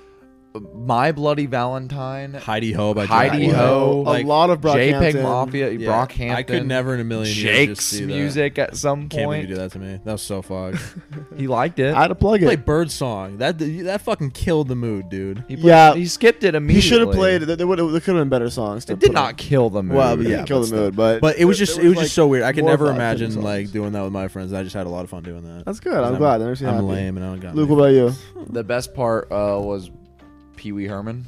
My Bloody Valentine,
Heidi Ho by
Heidi
Jackson.
Ho,
a lot of
JPEG
Brockhampton.
Mafia,
Yeah.
Brockhampton.
I could never in a million years just
Jake's
see that.
music at some
Can't believe you
point.
did that to me. That was so fucked.
He liked it.
I had to plug
play
it.
bird song. That that fucking killed the mood, dude.
he
yeah.
he skipped it
He
immediately.
should have played. There would have been better songs. to
It did
put on.
not kill the mood.
Well, but yeah,
Yeah,
kill
but
the mood, but
But it was
there-
just
there
it was just
like,
so weird. I could
more
never
thought to the
imagine
songs.
like doing that with my friends. and I just had a lot of fun doing that.
That's good. I'm,
'Cause
glad. That makes me
I'm
happy.
lame and I don't got.
Luke,
any-
what about you?
The best part uh, was Pee Wee Herman.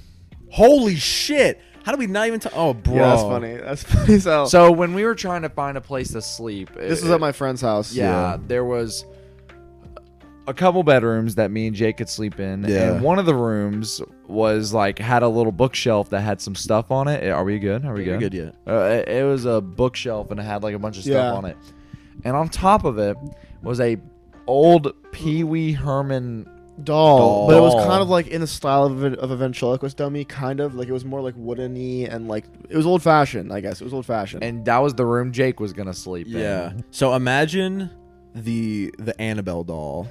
Holy shit! How do we not even? talk? oh, bro,
Yeah, that's funny. That's funny. So,
So when we were trying to find a place to sleep,
Oh. this was at my friend's house.
yeah, there was a couple bedrooms that me and Jake could sleep in,
Yeah.
and one of the rooms was like had a little bookshelf that had some stuff on it. Are we good? Are we
You're
good?
good yet?
Uh, it, it was a bookshelf and it had like a bunch of stuff
Yeah.
on it, and on top of it was a old Pee Wee Herman.
Doll. But it was
Doll.
kind of like in the style of, a- of a ventriloquist dummy, kind of like it was more like woodeny and like it was old fashioned. I guess it was old fashioned.
And that was the room Jake was gonna sleep in.
Yeah. So imagine the the Annabelle doll,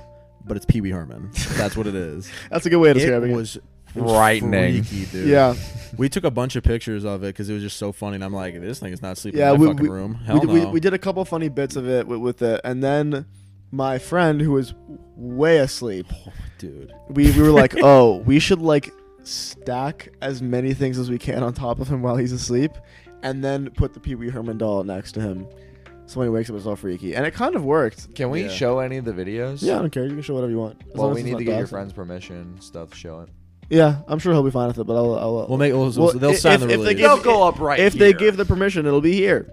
but it's Pee Wee Herman. That's what it is.
That's a good way to
it
describe it.
was it was
Frightening.
freaky, dude.
Yeah,
We took a bunch of pictures of it because it was just so funny, and I'm like, this thing is not sleeping
yeah.
in my
We,
fucking
we,
room.
we
Hell
did-
no.
we, we did a couple funny bits of it with, with it, and then my friend who was way asleep,
dude.
we, we were like, oh, we should like stack as many things as we can on top of him while he's asleep, and then put the Pee Wee Herman doll next to him. So when he wakes up, it's all freaky, and it kind of worked.
Can we
Yeah.
show any of the videos?
Yeah, I don't care. You can show whatever you want. as
Well,
long
we
as it's
need
not
to get your
doxing.
friend's permission. Stuff to show it.
Yeah, I'm sure he'll be fine with it, but I'll. I'll
We'll make. We'll,
Well,
they'll
if-
sign the
if
release.
they give- They'll go
up right
if they give the permission, it'll be here.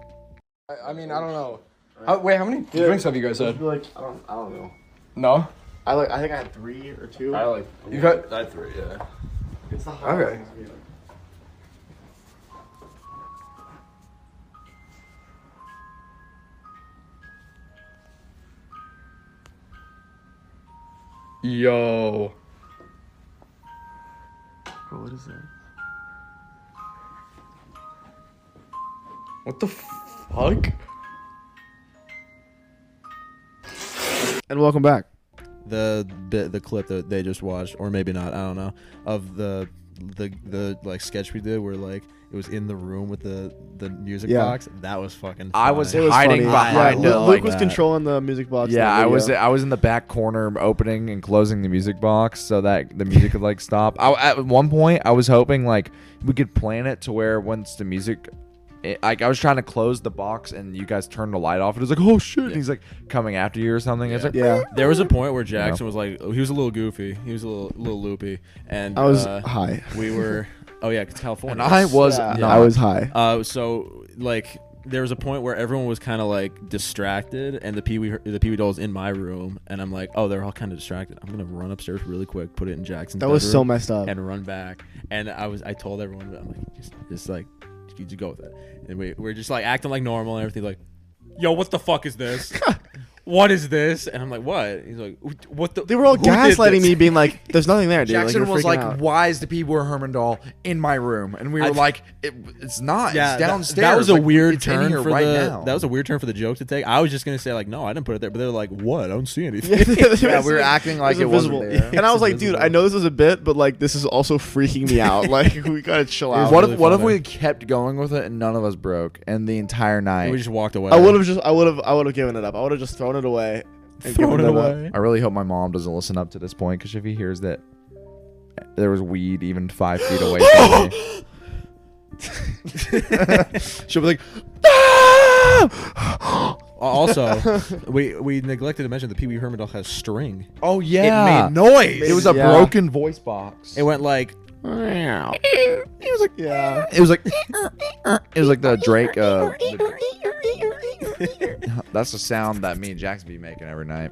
I, I mean, I don't know. How, wait, how many drinks have you guys had?
Like I don't, I don't know.
No.
I like, I think I had three or two.
like. You got. I three. Yeah.
it's the
holidays, Yo.
What is that?
What the fuck?
And welcome back.
the bit, the clip that they just watched, or maybe not, I don't know, of the the the like sketch we did where like it was in the room with the the music
Yeah.
box. That was fucking.
I was
funny.
It was
Hiding
funny.
behind
yeah,
it
Lu-
like
Luke was
that.
controlling the music box. in
Yeah,
that
I was
video.
I was in the back corner opening and closing the music box so that the music could like stop. I, at one point, I was hoping like we could plan it to where once the music, it, like I was trying to close the box and you guys turned the light off. It was like oh shit, and he's like coming after you or something. It's like
Yeah,
There was a point where Jackson was like, he was a little goofy, he was a little little loopy, and
I was
uh,
high.
we were Oh yeah, it's California.
And I was
Yeah,
not.
I was high.
Uh, so like there was a point where everyone was kind of like distracted, and the Pee Wee the Pee Wee doll is in my room, and I'm like, oh, they're all kind of distracted. I'm gonna run upstairs really quick, put it in Jackson's.
That was so
bedroom,
messed up.
And run back, and I was I told everyone I'm like just just like you just go with it, and we we're just like acting like normal and everything like, yo, what the fuck is this? What is this? And I'm like, what? He's like, "Wh- what the?
They were all
who did
gaslighting
this?"
me, being like, "There's nothing there, dude."
Jackson
like, you're
was
freaking
like,
out.
"Why is the P. Were Herman doll in my room?" And we were
I-
like, it, "It's not.
Yeah,
it's
that-
downstairs."
That, was a
Like,
weird
it's in
turn
here
for
right
the.
now.
That was a weird turn for the joke to take. I was just gonna say like, no, I didn't put it there, but they were like, what? I don't see anything.
yeah, we were acting like it wasn't there.
And I was like,
invisible.
dude, I know this was a bit, but like this is also freaking me out. Like we gotta chill out.
what
really
if what if
funny.
we kept going with it and none of us broke and the entire night?
we just walked away.
I would have just I would have I would have given it up. I would have just thrown it away. and given up.
I really hope my mom doesn't listen up to this point because if he hears that there was weed even five feet away from me, she'll be like, "Ah!"
also, we we neglected to mention the Pee Wee Herman doll has string.
"Oh yeah,
made
noise. It was a
Yeah.
broken voice box.
It went like
It was like,
Yeah.
it was like, it was like the Drake. Uh, that's the sound that me and Jackson be making every night.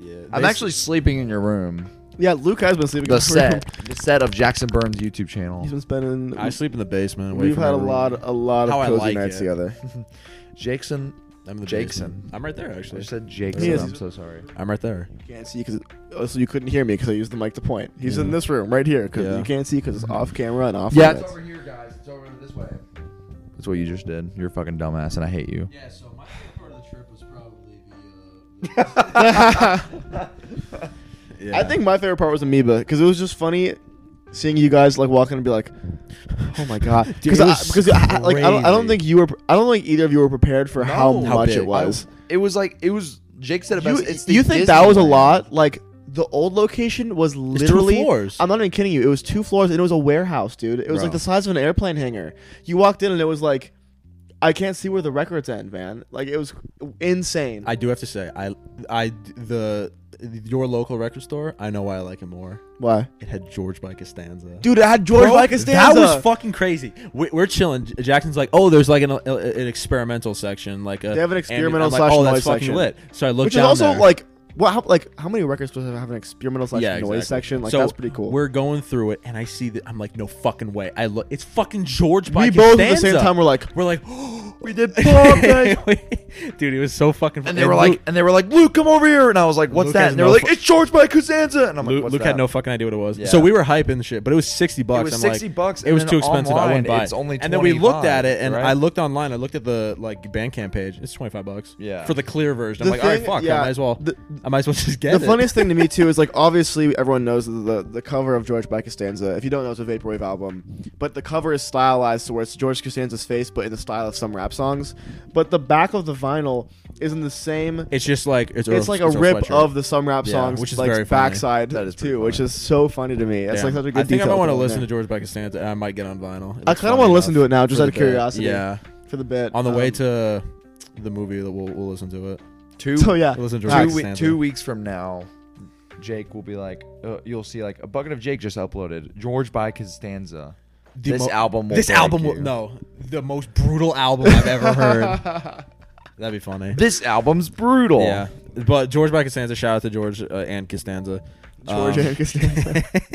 yeah,
I'm actually sleeping in your room.
Yeah, Luke has been sleeping.
The
in my room.
set, the set of Jackson Burns YouTube channel.
He's been spending.
I sleep in the basement. away
we've
from
had a
everyone.
lot, a lot
How
of
I
cozy
like
nights
it.
together.
Jackson,
I'm in the
Jackson.
basement. I'm right there
I
actually.
said Jackson.
He is-
I'm so sorry.
I'm right there.
Can't see because so you couldn't hear me because I used the mic to point. He's
Yeah.
in this room right here because
Yeah.
you can't see because it's off camera and off.
Yeah,
limits.
here, guys. It's over this way. That's what you just did. You're a fucking dumbass, and I hate you.
Yeah. So my part of the trip was probably the. uh,
I think my favorite part was Amoeba because it was just funny seeing you guys like walking and be like, "Oh my god!"
Dude,
Because
it
I,
was
because I, like I don't, I don't
crazy.
think you were I don't think either of you were prepared for how
No. How
much
big.
it was.
It was like it was. Jake said it
you
best. it's the
you think that was a
Disneyland.
lot? Like the old location was
two
literally
floors.
I'm not even kidding you. It was two floors and it was a warehouse, dude. It was like
Bro.
the size of an airplane hangar. You walked in and it was like. I can't see where the records end, man. Like it was insane.
I do have to say, I, I, the, your local record store. I know why I like it more.
Why,
It had George by Costanza.
dude? It had George
Bro,
Mike
that was fucking crazy. We, we're chilling. J- Jackson's like, oh, there's like an, uh, an experimental section, like a.
They have an
and-
experimental
I'm like,
slash
Oh, that's
noise
fucking
section.
lit. So I looked
which is
down
also
there.
like what how, like how many records does it have an experimental slash
yeah,
noise
exactly.
section like
So
that's pretty cool
We're going through it, and I see that. I'm like, no fucking way. I look. It's fucking George by
we both at the same
Costanza.
time were like
We're like,
We did bomb, guys.
dude, it was so fucking.
And they were like, and they were like, Luke, come over here. And I was like, what's
Luke
that?
has
And they were
no
like,
fu-
it's George by Costanza. And I'm like,
Luke,
what's
Luke
that?
had no fucking idea what it was.
Yeah.
So we were hyping the shit, but it was sixty bucks.
was
I'm
60
like,
bucks,
It was
and
too
then
expensive. I
online,
wouldn't buy it.
it's only
and then we looked at
25,
it, and
right?
I looked online. I looked at the like Bandcamp page. It's twenty five bucks.
Yeah.
For the clear version,
The
I'm like, all right,
thing-
fuck.
yeah,
I might as well.
the-
I might as well just get
the
it.
funniest thing to me too is like obviously everyone knows that the the cover of George by Costanza. If you don't know, it's a vaporwave album, but the cover is stylized to where it's George Costanza's face, but in the style of some rap songs. But the back of the vinyl is in the same.
It's just like it's,
It's like a rip
sweatshirt.
of the some rap
Yeah,
songs,
which is
like
very funny.
backside
That is pretty
too, which
funny.
is so funny to me. That's
Damn.
like such a good.
I think I
detail
might want to
thrown in
listen
there.
to George by Costanza, and I might get on vinyl.
I kind of want to listen to it now, just out of curiosity.
Yeah.
for the bit
On the way
Um,
to the movie, that we'll we'll listen to it.
Two,
So yeah,
We'll listen to George by
two, we-
Costanza.
two weeks from now, Jake will be like, uh, you'll see like a bucket of Jake just uploaded. George by Costanza.
The
this
mo-
album will
This
break
album will
you.
no, the most brutal album I've ever heard. That'd be funny.
This album's brutal.
Yeah, but George by Costanza. Shout out to George uh, and Costanza.
George
Um,
and Costanza.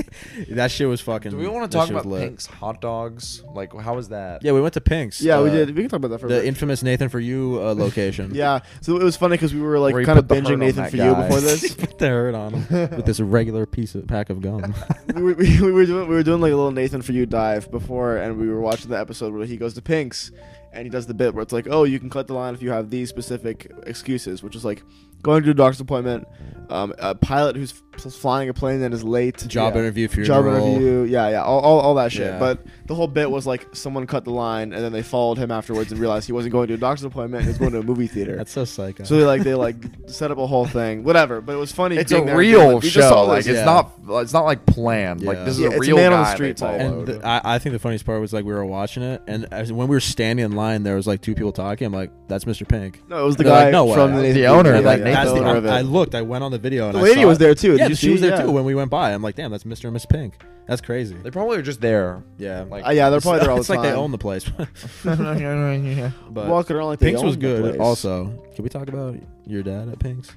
that shit was fucking.
Do we want
that
to talk
shit was
about
lit.
Pink's hot dogs? Like, how was that?
Yeah, we went to Pink's.
Yeah, we
uh,
did. We can talk about that for a
The
bit.
infamous Nathan for You uh, location.
yeah, so it was funny because we were like
Where you
kind of
put the
binging
hurt on
Nathan
that
for you
guy.
before this.
Put the hurt on him with this regular piece of pack of gum.
we, were, we, we were doing we were doing like a little Nathan for you dive before, and we were watching the episode where he goes to Pink's and he does the bit where it's like, oh, you can cut the line if you have these specific excuses, which is like going to a doctor's appointment, um, a pilot who's f- flying a plane that is late,
Job
yeah.
interview for your
Job interview, yeah, yeah, all, all, all that shit.
Yeah.
But the whole bit was like someone cut the line, and then they followed him afterwards and realized he wasn't going to a doctor's appointment; he was going to a movie theater.
That's so psycho.
So they like they like set up a whole thing, whatever. But it was funny.
It's
being
a
there and being
real
like, "We just
show.
saw
Like,
this."
it's
Yeah.
not. It's not like planned. Like,
Yeah.
this is
Yeah,
a
it's
real
man on the
guy they
street type.
and
followed.
the, I, I think the funniest part was like we were watching it, and as, when we were standing in line, there was like two people talking. I'm like, "That's Mr. Pink."
no, it was the
They're like,
guy
"No way."
from the,
The
Nathan
owner,
Fielder.
like,
Yeah, Frank
That's the,
owner of it.
I, I looked. I went on the video and
the
I
lady
saw
was
it.
there too.
Yeah,
Did you
she
see?
was there
Yeah.
too when we went by. I'm like, damn, that's Mr. and Miss Pink. That's crazy.
They probably are just there.
Yeah,
Like,
Uh, yeah, they're probably there all the
it's like
time.
they own the place. but
Well, could only
Pink's was
own the
good.
place.
Also, can we talk about your dad at Pink's?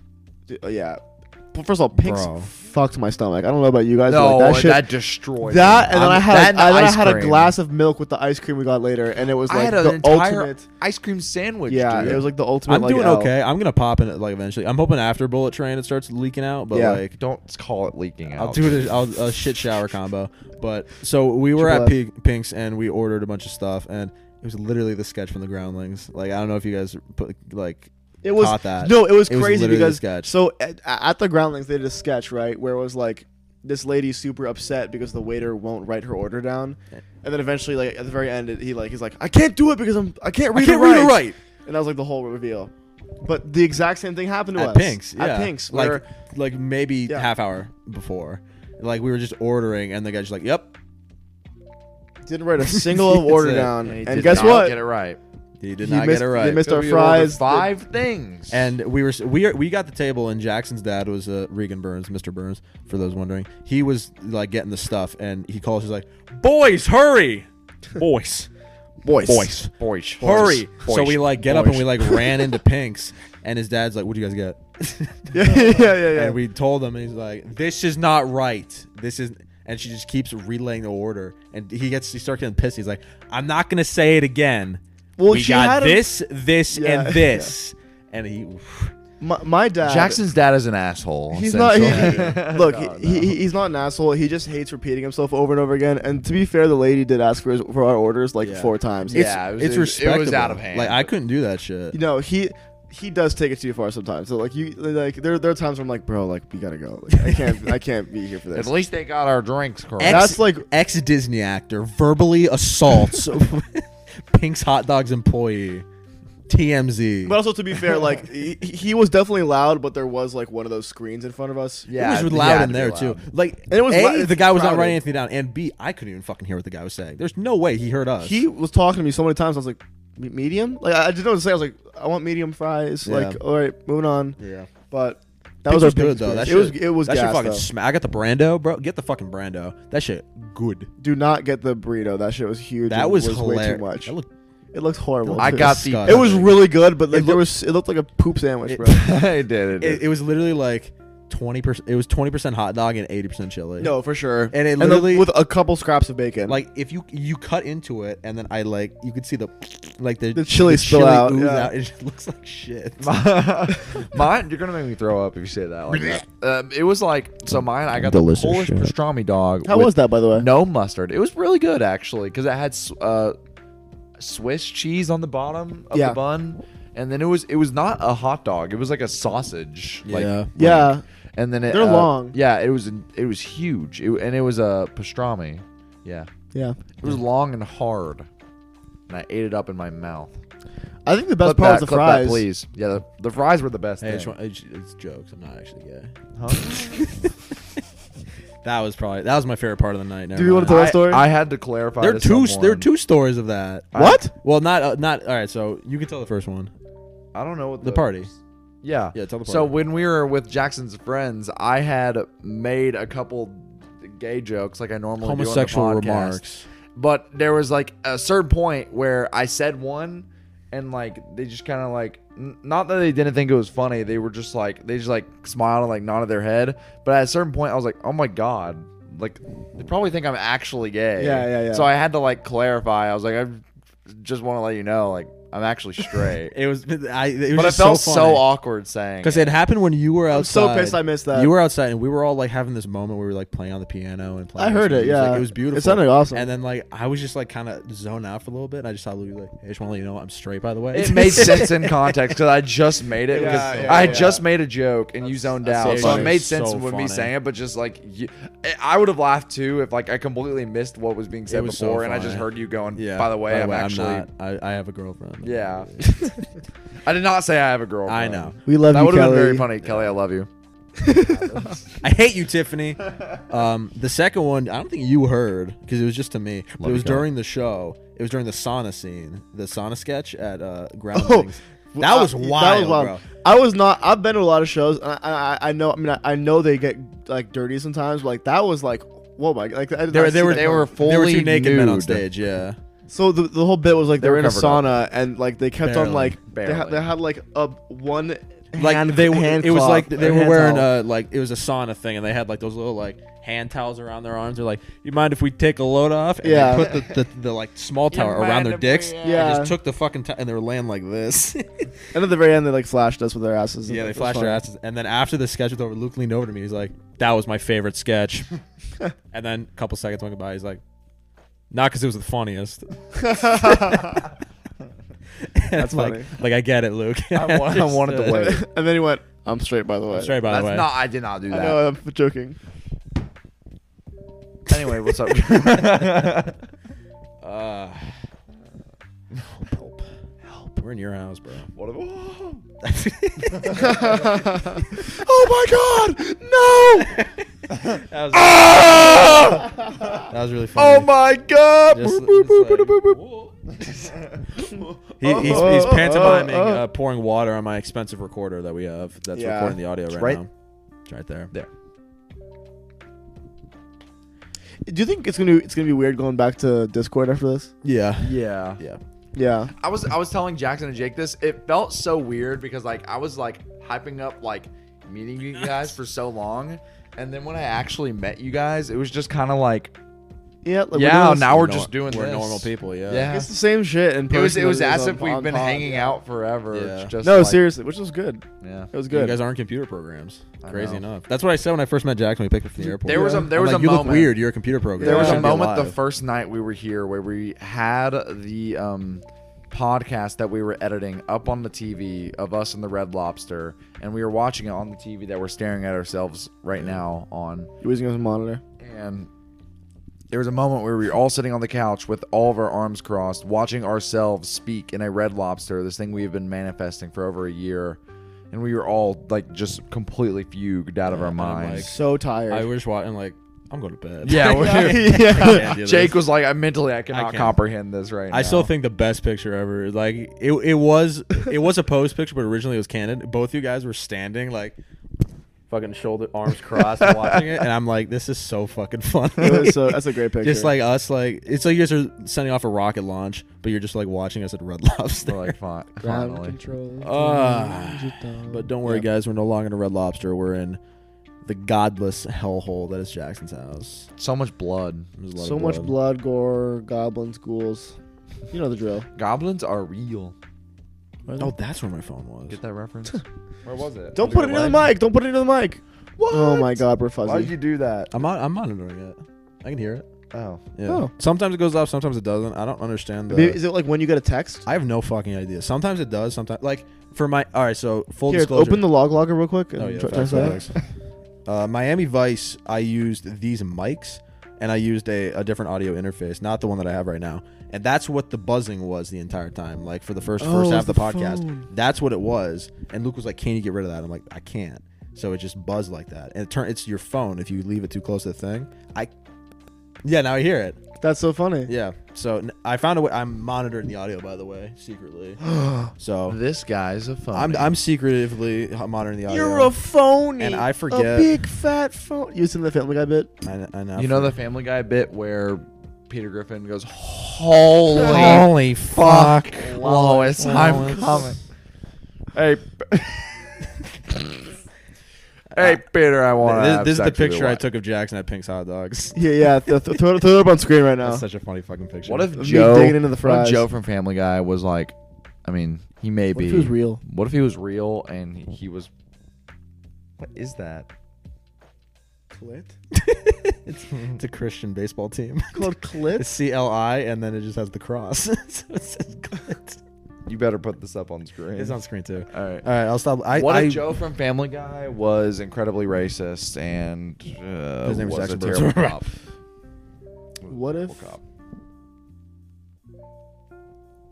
D- uh, yeah. Well, first of all, Pink's
Bro.
fucked my stomach. I don't know about you guys,
no,
but like, that shit.
destroyed
that
me.
and then I
I'm-
had
that
a,
and the
I, then I
ice
had a
cream.
glass of milk with the ice cream we got later, and it was
I
like
had an
the
entire
ultimate.
ice cream sandwich.
Yeah,
dude.
it was like the ultimate.
I'm
like,
doing
L.
okay. I'm gonna pop in it like eventually. I'm hoping after Bullet Train it starts leaking out, but
Yeah.
like
Don't call it leaking out.
I'll do it. I'll a shit shower combo. But so we were at
Chipotle.
Pink, Pink's and we ordered a bunch of stuff, and it was literally the sketch from the Groundlings. Like I don't know if you guys put like
It was
caught that.
no, it was
It was
crazy
literally the
because
sketch.
so at, at the Groundlings they did a sketch right where it was like this lady's super upset because the waiter won't write her order down, and then eventually like at the very end he like he's like I can't do it because I'm I can't read
can't
it
read
right.
it right.
and that was like the whole reveal. But the exact same thing happened to
at
us
Pink's. Yeah.
At Pink's,
like
where
like maybe
Yeah.
half hour before. Like we were just ordering, and the guy's just like, "Yep."
didn't write a single
That's
order
it.
down,
Yeah, he
and
did
guess
not
what?
Get it right.
He did
He
not
missed-
get it
they
right.
missed our
We ordered
fries,
Five things.
And we were we we got the table, and Jackson's dad was uh, Regan Burns, Mr. Burns, for those wondering. He was like getting the stuff, and he calls. He's like, "Boys, hurry, boys,
Boys,
boys,
Boys.
hurry!" So
Boys.
we like get up and we like ran into Pink's, and his dad's like, "What'd you guys get?"
yeah, yeah, yeah, yeah.
And we told him, and he's like, "This is not right. This is." And she just keeps relaying the order, and he gets he starts getting pissed. He's like, "I'm not gonna say it again.
Well,
we
she
got
had a-
this, this,
Yeah, yeah.
and this." And he,
my, my dad,
Jackson's dad is an asshole.
He's not. He,
essentially.
he- look, he, he, he's not an asshole. He just hates repeating himself over and over again. And to be fair, the lady did ask for his, for our orders like
Yeah.
four times.
Yeah.
It's-
it was-
it's
it was- it was
respectable.
out of hand,
Like I
but-
couldn't do that shit.
you know he he does take it too far sometimes. So like you like there there are times where I'm like, bro, like we gotta go. Like, I can't I can't be here for
At
this.
least they got our drinks correct.
Ex-
That's like
Ex Disney actor verbally assaults Pink's hot dogs employee. TMZ.
But also to be fair, like he, he was definitely loud, but there was like one of those screens in front of us.
yeah,
it was
you
loud
had
in
to
there
be
too.
loud.
Like
And it was
A,
loud- it's
the guy was not
crowded.
writing anything down, and B, I couldn't even fucking hear what the guy was saying. There's no way he heard us.
he was talking to me so many times. I was like, "Me- medium. Like I I just know what to say. I was like, I want medium fries.
Yeah.
Like all right, moving on.
yeah.
But that
That
was
was,
our big
good though. That
experience.
shit,
it was it was
that shit
gas,
fucking
though.
sma- I got the Brando, bro. Get the fucking Brando. That shit good.
Do not get the burrito. That shit was huge.
That
and
was,
way
hilarious.
too much.
That looked-
it looked horrible.
I
too.
got the.
Disgusting.
It was really good, but like
It
there
look-
was, it looked like a poop sandwich,
It-
bro.
I did
it, it was literally like twenty percent. It was twenty percent hot dog and eighty percent chili.
no, for sure.
And it
the-
literally-
with a couple scraps of bacon.
like if you you cut into it and then I like you could see the like the
The chili spill out,
ooze
yeah.
out. It just looks like shit.
mine, you're gonna make me throw up if you say that like that. Um, it was like so. Mine, I got
Delicious
the Polish
shit.
pastrami dog.
how
with
was that, by the way?
No mustard. It was really good actually because it had s- uh, Swiss cheese on the bottom of
Yeah.
the bun, and then it was it was not a hot dog. It was like a sausage. like,
Yeah.
Yeah,
and then it,
They're
uh,
long.
Yeah, it was it was huge, it, and it was a pastrami. Yeah,
yeah.
it was long and hard, and I ate it up in my mouth.
I think the best
Clip
part was
that,
the
clip that,
fries.
please. Yeah, the, the fries were the best.
Hey,
thing.
it's, it's, it's jokes. I'm not actually gay.
Huh?
That was probably that was my favorite part of the night. Never
Do you want
mind.
to tell that story?
I, I had to clarify.
There are
to
two.
someone-
There are two stories of that.
What?
I- well, not uh, not. All right. So you can tell the first one.
I don't know what
The party.
Yeah.
Yeah, tell the
So
party.
when we were with Jackson's friends, I had made a couple gay jokes like I normally
Homosexual
do on the podcast.
remarks.
But there was like a certain point where I said one and like they just kind of like n- not that they didn't think it was funny, they were just like they just like smiled and like nodded their head, but at a certain point I was like, "Oh my god." Like they probably think I'm actually gay.
Yeah, yeah, yeah.
So I had to like clarify. I was like, I just want to let you know, like I'm actually straight.
It was. I. It
but
was
it
just
felt
so,
so,
funny.
awkward saying
Because it happened when you were
I'm so
outside.
pissed I missed that.
You were outside, and we were all like having this moment where we were like playing on the piano and playing.
I heard
this
it,
music.
yeah.
it was beautiful.
It sounded awesome.
And then like I was just like kind of zoned out for a little bit. And I just thought Louis like, hey, I just want to let you know I'm straight. By the way,
It made sense in context because I just made it. because
yeah,
I had
yeah.
just made a joke and you zoned
that's
out,
so
so
funny.
it made sense
So
with me
funny.
saying it. But just like, you, I would have laughed too if like I completely missed what was being said
was so
before, and I just
funny.
heard you going.
yeah.
By the way, I'm actually.
not- I, I have a girlfriend.
yeah. I did not say I have a girlfriend.
I know.
we love
that
you,
would have been very
Kelly.
funny, Kelly. I love you.
I hate you, Tiffany. Um, the second one, I don't think you heard because it was just to me. But
Oh.
it was during the show. It was during the sauna scene, the sauna sketch at uh, Groundlings. That was wild, bro.
I was not. I've been to a lot of shows. And I, I I know. I mean, I, I know they get like dirty sometimes. But, like that was like, whoa, my! Like I did
They
not
were
see
they were
that
They were
they were
fully
two naked men on
nude.
stage. Yeah,
So the, the whole bit was like they,
They
were
were
in a
covered up.
sauna and like they kept on
Barely.
like they had,
Barely.
they had like a one
like
hand,
they were.
hand
It was
cloth
like
or
they were
hand
wearing
towel.
uh like it was a sauna thing, and they had like those little like hand towels around their arms. They're like, "You mind if we take a load off?" And
Yeah.
they put the, the, the like small towel around their dicks.
uh,
Yeah,
Yeah.
just took the fucking towel, and they were laying like this.
and at the very end they like flashed us with their asses.
yeah,
It
they
was
flashed their
fun.
asses, and then after the sketch was over, Luke leaned over to me. He's like, "That was my favorite sketch," and then a couple seconds went by. He's like, "Not because it was the funniest." That's like,
funny.
like I get it, Luke.
I, wa- I wanted to wait.
and then he went, "I'm straight, by the way."
Sorry, by
That's
the way.
not. I did not do
I
that.
know I'm joking.
Anyway, what's up? what
Uh, help. Help. We're in your house, bro.
a-
oh my god! No! that, was, that was really funny.
oh my god!
Just-
Boop, boop, boop,
just
boop, boop, boop.
He, he's,
Oh,
he's
oh,
pantomiming,
oh, oh.
uh, pouring water on my expensive recorder that we have that's
Yeah.
recording the audio right,
right-
now. It's right there.
There.
Do you think it's gonna it's gonna be weird going back to Discord after this?
Yeah.
Yeah.
Yeah.
Yeah,
I was I was telling Jackson and Jake this. It felt so weird because like I was like hyping up like meeting you guys for so long, and then when I actually met you guys, it was just kind of like
yeah. Like, we're
yeah.
doing this-
now we're
nor-
just doing
We're
this.
normal people, yeah.
Yeah.
it's the same shit. In
It was
person
it was
that
as
on-
if we've
on
been
pod,
hanging
yeah.
out forever.
Yeah.
It's just
No,
like-
seriously, which was good.
Yeah.
It was
You
good.
guys aren't computer programs.
I
Crazy
know.
enough. That's what I said when I first met Jack when we picked up from the airport.
There was a- there
I'm
was
like,
a
you look
moment-
weird. You're a computer programmer.
There was
You
a
should be
moment the
alive."
first night we were here where we had the um, podcast that we were editing up on the TV of us and the Red Lobster, and we were watching it on the TV that we're staring at ourselves right now on.
You're using it as a monitor.
And there was a moment where we were all sitting on the couch with all of our arms crossed, watching ourselves speak in a Red Lobster, this thing we have been manifesting for over a year. And we were all like just completely fugued out of our
and I'm like,
minds.
So tired.
I was watching like I'm going to bed.
yeah, we-
Can't do this.
Jake was like, I mentally I cannot
can't.
comprehend this right now.
I still think the best picture ever. Like it, it was it was a pose picture, but originally it was candid. Both you guys were standing like fucking shoulder arms crossed watching it, and I'm like, this is so fucking funny.
It was so- that's a great picture.
Just like us, like it's like you guys are sending off a rocket launch, but you're just like watching us at Red Lobster.
We're like fine,
Ground
finally.
control.
Ah.
digital.
but don't worry, guys, we're no longer in a Red Lobster. We're in the godless hellhole that is Jackson's house.
So much blood.
There's a lot of
so much blood, gore, goblins, ghouls. You know the drill.
Goblins are real.
Oh, that's where my phone was.
Get that reference? Where was it?
Don't put it into the mic. Don't put it into the mic.
What?
Oh my god, we're
Why'd
fuzzy.
you do that?
I'm on, I'm monitoring it. I can hear it.
Oh.
Yeah.
Oh.
Sometimes it goes off, sometimes it doesn't. I don't understand the.
Maybe- Is it like when you get a text?
I have no fucking idea. Sometimes it does. Sometimes like for my all right. So full
Here,
disclosure.
open the log logger real quick. And
Oh, yeah,
try- try
facts,
that.
facts. uh, Miami Vice. I used these mics and I used a, a different audio interface, not the one that I have right now. And that's what the buzzing was the entire time. Like for the first
Oh,
first
it
half
was
of the,
the
podcast,
phone.
that's what it was. And Luke was like, "Can you get rid of that?" I'm like, "I can't." So it just buzzed like that. And it turn it's your phone if you leave it too close to the thing. I yeah, now I hear it.
That's so funny.
Yeah. So n- I found a way. I'm monitoring the audio, by the way, secretly. so
This guy's a phone.
I'm I'm secretively h- monitoring the audio.
phony.
And I
A
forget-
big fat phone. You seen the Family Guy bit?
I, I know.
you know the Family Guy bit where Peter Griffin goes, "Holy,
Holy fuck,
Lois, I'm coming." Hey, p- hey, Peter, I want
This,
to.
this is the picture I took of Jackson at Pink's hot dogs.
Yeah, yeah. Th- th- throw, it- throw it up on screen right now.
That's such a funny fucking picture.
What if
Me
Joe
digging into the
What
fries.
if Joe from Family Guy was like, I mean, he may
What
be.
if he was real?
What if he was real and he was? What is that?
Clit?
it's, it's a Christian baseball team?
Called
It's
Clit?
C L I, and then it just has the cross. so it says Clint.
You better put this up on screen.
It's on screen too.
All right.
All right, I'll stop. I,
what
I,
if Joe from Family Guy was incredibly racist and uh,
His name was
was a
Jackson
terrible
Briggs.
cop?
What if-
Terrible cop.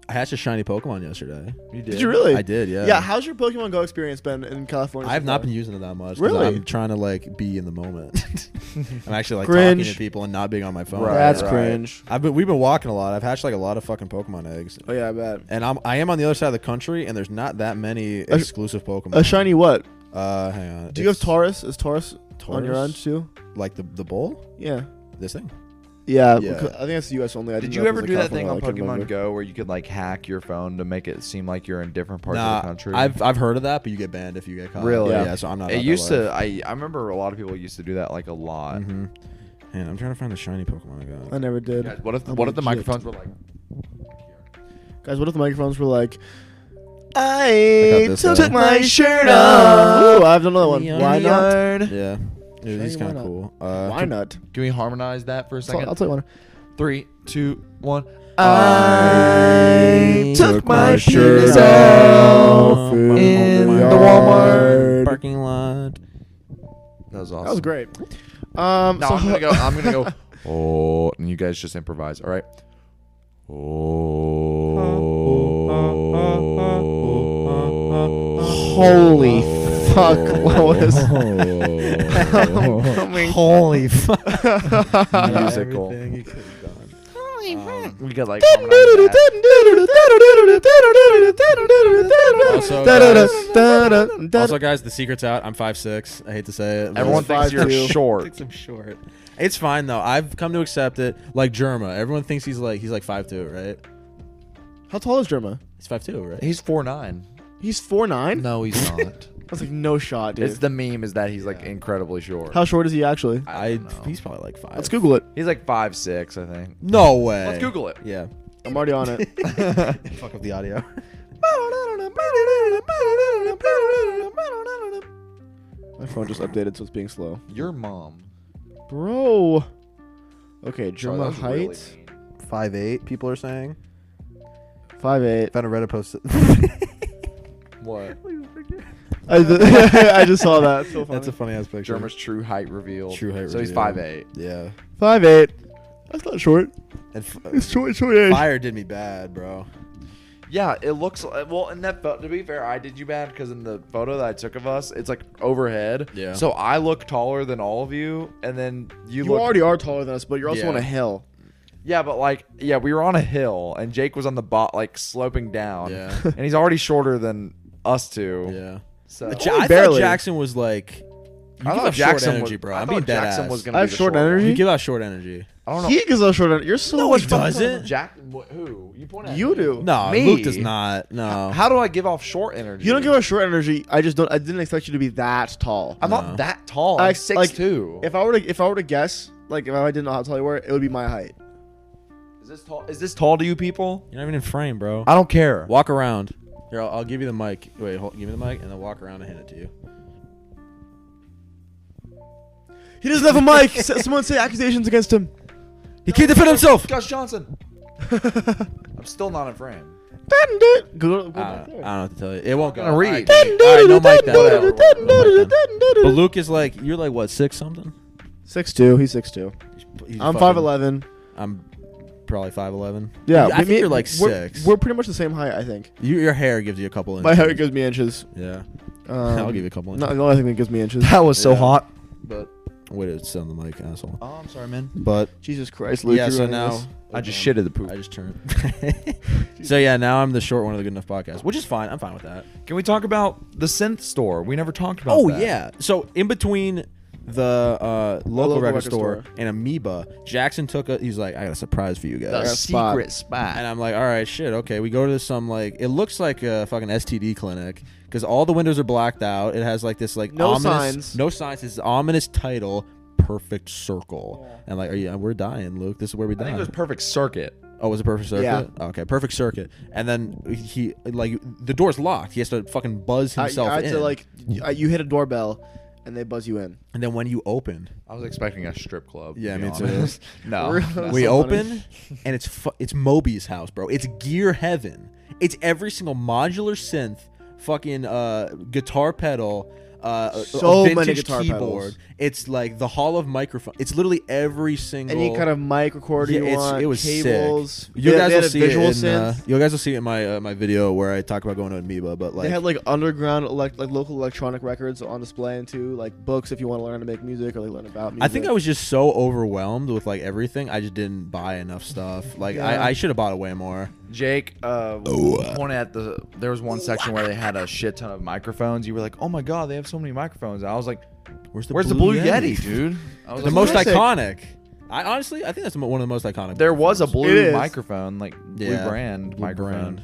I hatched a shiny Pokemon yesterday.
You did.
Did you really?
I did, yeah.
Yeah. How's your Pokemon Go experience been in California?
I have
so
not
far?
been using it that much. 'cause
Really?
I'm trying to like be in the moment. I'm actually like talking
Cringe.
to people and not being on my phone.
Right,
That's
right.
cringe.
I've been we've been walking a lot. I've hatched like a lot of fucking Pokemon eggs.
Oh yeah, I bet.
And I'm I am on the other side of the country and there's not that many
A sh-
exclusive Pokemon.
A shiny what?
uh hang on.
Do you have
It's
Taurus? Is Taurus, on your
Taurus?
end too?
like the the bowl?
Yeah.
This thing?
Yeah,
Yeah.
because- I think that's U.S. only. I
Did
didn't
you
know if
ever
it was
do
a
that thing on
California one. I
Pokemon
couldn't remember.
Go where you could like hack your phone to make it seem like you're in different parts
Nah,
of the country?
I've I've heard of that, but you get banned if you get caught.
Really?
Yeah, so I'm not
it
about that
used
life.
to. I I remember a lot of people used to do that like a lot.
Mhm. Man, I'm trying to find the shiny Pokemon I got.
I never did.
Guys, what if
I'm
what if the
legit.
microphones were like?
Guys, what if the microphones were like,
I
I
got this
took
guy.
my shirt off. Ooh, I have another one. Why not?
Yeah. Yeah, he's
Shiny,
kind
why not?
of cool. Uh,
Why not?
Can we harmonize that for a
I'll,
second?
I'll tell you one.
Three, two, one.
I
took my
my
shirt
shirt
off
off
in
in
the
the
Walmart
Walmart parking lot.
That was awesome.
That was great. Um,
No,
so-
I'm gonna go. I'm gonna go. Oh, and you guys just improvise. All right. Oh.
Holy fuck, Lois.
Oh.
Holy fuck!
Musical. Um, We got like.
Also, guys- Also, guys, the secret's out. I'm five six. I hate to say it. but-
Everyone thinks you're
5'2".
short.
I'm short. It's fine though. I've come to accept it. Like Germa, everyone thinks he's like he's like five two, right?
How tall is Germa?
He's five two, right?
He's four nine.
He's four nine.
No, he's not.
I was like, no shot, dude.
it's the meme is that he's like incredibly short.
How short is he actually?
I
I
don't know.
he's probably like five.
Let's Google it.
He's like five six, I think.
No way.
Let's Google it.
Yeah.
I'm already on it.
Fuck up the audio.
My phone just updated, so it's being slow.
Your mom.
Bro. Okay,
Sorry,
Germa
that was
height
really mean.
Five eight. People are saying.
five eight.
Found a Reddit post.
What?
I, ju- I just saw that. It's so funny.
That's a funny ass picture.
Germer's true height revealed.
True height
So he's
revealed.
five eight.
Yeah.
five eight. That's not short.
And f-
It's short, short age.
fire did me bad, bro.
Yeah, it looks like, well. In that photo, to be fair, I did you bad because in the photo that I took of us, it's like overhead.
Yeah.
So I look taller than all of you, and then you,
You
look.
already are taller than us, but you're also
Yeah.
on a hill.
yeah, but like, yeah, we were on a hill, and Jake was on the bot, like sloping down.
Yeah.
and he's already shorter than us two.
Yeah.
So
Ja- I
barely.
thought Jackson was like.
I
You give
thought
off
Jackson
short energy,
was,
bro.
I
I'm
thought
being
Jackson
badaest.
was gonna.
I
be
have
the
short
one.
energy?
You give off short energy.
I don't know.
He gives us short energy. You're so
No,
much
he
fun-
doesn't.
Jack, wh- who you point at?
You
me.
do.
No,
Me?
Luke does not. No.
How do I give off short energy?
You don't give us short energy. I just don't. I didn't expect you to be that tall.
I'm
No.
not that tall.
I
I'm
ex-
six
like,
two.
If I were to, if I were to guess, like if I didn't know how tall you were, it would be my height.
is this tall? Is this tall to you people?
You're not even in frame, bro.
I don't care.
Walk around. Here, I'll, I'll give you the mic. Wait, hold, give me the mic, and then walk around and hand it to you.
He doesn't have a mic. S- Someone say accusations against him.
He can't defend himself.
Gus Johnson. I'm still not in frame.
Patent it. Go, go
I
back
don't, I don't
there.
know what to tell you. It won't go.
I'm gonna read.
All right, all right, no mic then.
Whatever.
But Luke is like, you're like what six something?
Six two. He's six two.
He's
I'm
fucking-
five eleven.
I'm probably five eleven.
Yeah,
I
we-
think
me-
you're like
we're-
6
We're pretty much the same height, I think.
you, your hair gives you a couple inches.
My height gives me inches.
Yeah,
Um,
I'll give you a couple
Not
inches.
the only thing that gives me inches.
That was so
Yeah.
hot.
But wait, it's on the mic, asshole.
Oh, I'm sorry, man.
But
Jesus Christ, Um, Luke.
yeah,
you're Oh,
so
running
now
this.
I just shitted the poop.
I just turned. so yeah, now I'm the short one of the Good Enough podcast, which is fine. I'm fine with that.
Can we talk about the synth store? We never talked about.
Oh
that.
yeah. So in between the uh, local,
local
record,
record
store,
store.
and Amoeba, Jackson took a. He's like, I got a surprise for you guys.
a secret
spot.
And I'm like, all right, shit, okay. We go to some like it looks like a fucking STD clinic because all the windows are blacked out. It has like this like
No
ominous,
signs.
no signs. It's ominous title, perfect circle. And like, are you? uh, We're dying, Luke. This is where we
I think
die.
it was perfect circuit.
oh, was it perfect circuit?
Yeah.
Okay, perfect circuit. And then he like the door's locked. He has to fucking buzz
I,
himself
I had
in.
to like, y- I- you hit a doorbell, and they buzz you in.
and then when you open,
I was expecting a strip club. to
Yeah,
be
me too.
honest. no.
Really?
we
so funny.
open and it's fu- it's Moby's house, bro. It's gear heaven. It's every single modular synth, fucking uh, guitar pedal, uh, a- a
So many
vintage
guitar pedals.
keyboard. It's like the hall of microphone. It's literally every single
Any kind of mic recorder
Yeah,
you
it's-
want,
it was sick.
cables.
You
They-
guys
they
will
had a
see
visual
it. In, uh,
synth.
you guys will see it in my uh, my video where I talk about going to Amoeba, but like
they had like underground, elect- like local electronic records on display and too, like books if you want to learn how to make music or like learn about music.
I think I was just so overwhelmed with like everything. I just didn't buy enough stuff. Like
Yeah.
I, I should have bought it way more.
Jake, uh,
Oh.
pointed at the. There was one section where they had a shit ton of microphones. You were like, "Oh my god, they have so many microphones!" I was like,
Where's the
"Where's the Blue Yeti, dude?" I was
The
like,
most
Classic.
iconic. I honestly, I think that's the mo- one of the most iconic.
There was a
It
blue
is.
microphone, like blue
Yeah,
brand
blue
microphone.
brand.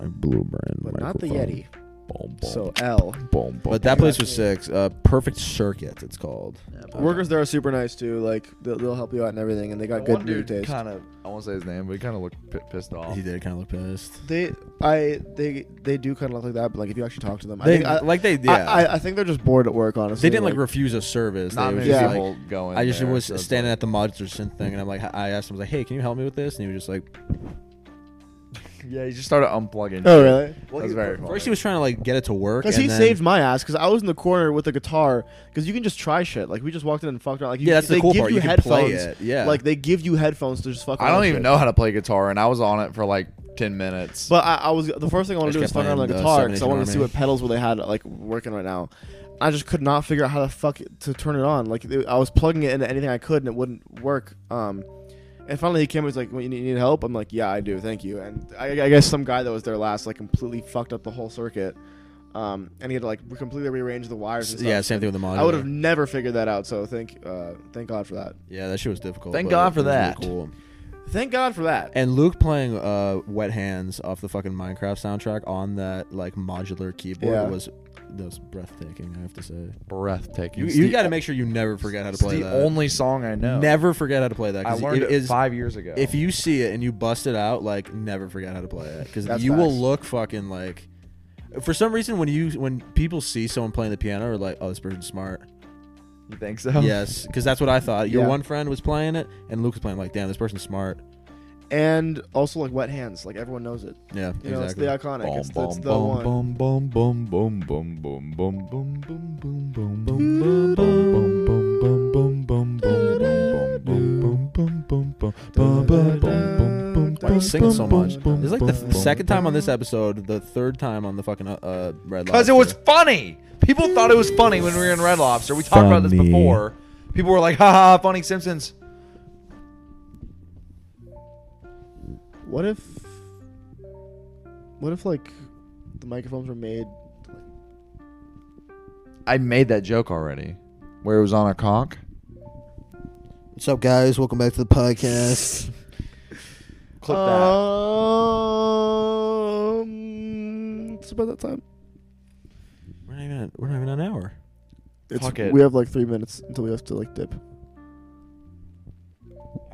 a blue brand,
but not the Yeti.
Boom,
So L.
but that place was six. Uh, Perfect Circuit, it's called.
Workers there are super nice too. Like they'll, they'll help you out and everything, and they got good
One
music
dude
taste.
kind of. I won't say his name, but he kind of looked p- pissed off.
He did kind of look pissed.
They, I, they, they do kind of look like that. But like if you actually talk to them, I
They,
think I,
like they, yeah,
I, I, I think they're just bored at work. Honestly,
they didn't like, refuse a service.
Not
they
many
was just,
Yeah.
like-
people going.
I just
there,
was
so it's
standing
like-
at the modular synth thing, and I'm like, I asked him, I was like, "Hey, can you help me with this?" And he was just like,
Yeah, he just started unplugging.
Oh really?
That was very
First,
funny.
he was trying to like get it to work,
Because
and
he
then-
saved my ass. Because I was in the corner with a guitar. Because you can just try shit. Like we just walked in and fucked around. Like you,
Yeah, that's the
they
cool
give
part.
You,
You can
headphones.
play it, yeah.
Like they give you headphones to just fuck.
I
around
don't
with
even
shit.
know how to play guitar, and I was on it for like ten minutes.
But I, I was the first thing I want
I
to do
just
is
kept
fuck around on the
playing, uh,
guitar
Seven
because I
Nation
wanted to see
Army.
what pedals were they had like working right now. I just could not figure out how the fuck to turn it on. Like it- I was plugging it into anything I could and it wouldn't work. Um, and finally he came. He's like, well, "You need, you need help?" I'm like, "Yeah, I do. Thank you." And I, I guess some guy that was there last like completely fucked up the whole circuit. Um, and he had to like re- completely rearrange the wires. And stuff.
yeah, same thing with the modular.
I would have never figured that out. So thank, uh, thank God for that.
Yeah, that shit was difficult.
Thank
but
God
it
for
was really
that.
cool.
Thank God for that.
And Luke playing uh, "Wet Hands" off the fucking Minecraft soundtrack on that like modular keyboard
Yeah.
was that was breathtaking. I have to say,
breathtaking.
you,
It's
you
the-
got to make sure you never forget how to
It's
play
the
that.
only song I know.
Never forget how to play that.
I
'cause
learned it,
is-
five years ago.
If you see it and you bust it out, like never forget how to play it because
That's
you will
facts.
look fucking like. For some reason, when you when people see someone playing the piano, are like, "Oh, this person's smart."
You think so?
Yes, because that's what I thought. Your
Yeah.
one friend was playing it, and Luke was playing. Like, damn, this person's smart.
And also like wet hands. Like everyone knows it.
Yeah,
You know,
exactly.
it's the iconic. it's, it's the one.
Boom, boom, boom, boom, boom, boom, boom, boom, boom, boom, boom, boom, boom, boom, boom, boom, boom, boom, boom, boom, boom, boom, boom, boom, boom.
Why are you singing so much? It's like the, the second time on this episode, the third time on the fucking uh, uh red.
Because it was
Lobster.
funny. People thought it was funny when we were in Red Lobster. We talked about this
Funny.
before. People were like, "Ha ha, funny Simpsons."
What if, what if like the microphones were made?
I made that joke already, where it was on a conch.
What's up, guys? Welcome back to the podcast.
Clip that.
Um, it's about that time.
We're not even. At, we're not even an hour.
It's,
Fuck it.
We have like three minutes until we have to like dip.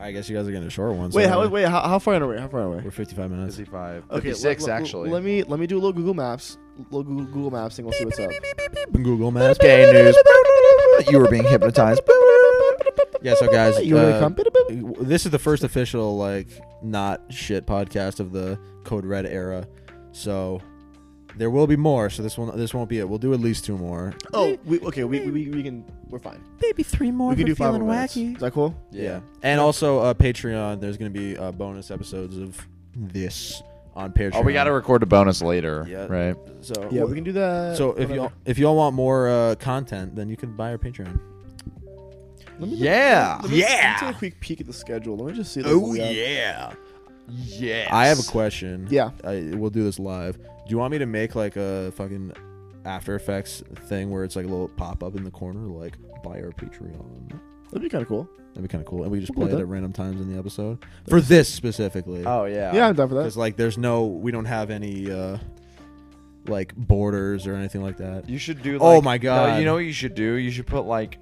I guess you guys are getting a short one.
Wait,
so
how, wait, how, how far are we? How far are we?
We're 55 minutes.
Fifty-five.
Okay,
Fifty-six
let- let-
actually.
Let me let me do a little Google Maps, little Google, Google Maps, and we'll see what's up.
Google Maps.
Gay news. You were being hypnotized.
Yeah, so guys,
You
uh,
want to come?
this is the first official like not shit podcast of the Code Red era. So there will be more. So this one this won't be it. We'll do at least two more.
Oh, we, okay, we, we, we can we're fine. Maybe three more. We can do five more minutes. Is that cool?
Yeah. And also uh, Patreon. There's gonna be uh, bonus episodes of this on Patreon.
Oh, we got to record a bonus later,
Yeah.
right?
so
Yeah, we can do that.
so if
whatever.
y'all if y'all want more uh, content, then you can buy our Patreon.
Let me look-
Yeah.
let me- let me Take a quick peek at the schedule. Let me just see. like,
Oh,
what we have.
yeah.
Yes.
I have a question.
Yeah.
I, we'll do this live. Do you want me to make like a fucking After Effects thing where it's like a little pop up in the corner, like buy our Patreon?
That'd be kind of cool.
That'd be kind of cool. And we just
We'll
play
do
it
that.
at random times in the episode for this specifically.
Oh yeah.
yeah, I'm down for that.
Because like, there's no, we don't have any uh like borders or anything like that.
You should do. Like,
Oh my
no,
God.
you know what you should do? You should put like,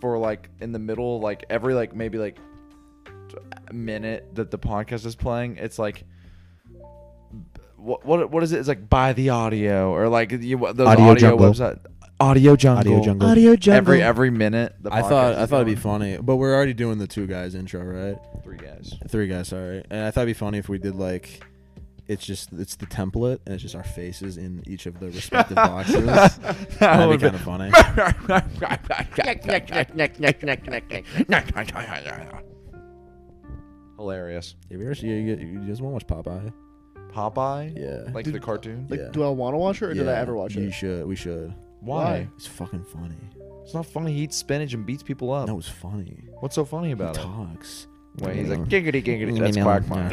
for like in the middle, like every like maybe like minute that the podcast is playing, it's like. What, what, what is it? It's like buy the audio or like you, those
Audio
audio,
Jungle.
website, audio jungle,
Audio jungle.
Every every minute, the
I thought
podcast
I
is
thought it'd be
going.
funny, but we're already doing the two guys intro, right?
Three guys.
Three guys, sorry. And I thought it'd be funny if we did like it's just it's the template, and it's just our faces in each of the respective boxes. That'd be
would be-
kind of funny.
Hilarious.
Have you ever seen- you, you just want to watch Popeye?
Popeye?
Yeah.
Like the cartoon?
Like,
Yeah.
do I want to watch it or did I
Yeah,
ever watch
You
it?
should. We should.
Why?
It's fucking funny.
It's not funny. He eats spinach and beats people up.
No, it's funny.
What's so funny Oh. about it?
Talks.
Wait, he's
Yeah.
like giggity giggity. That's
Yeah.
Quagmire.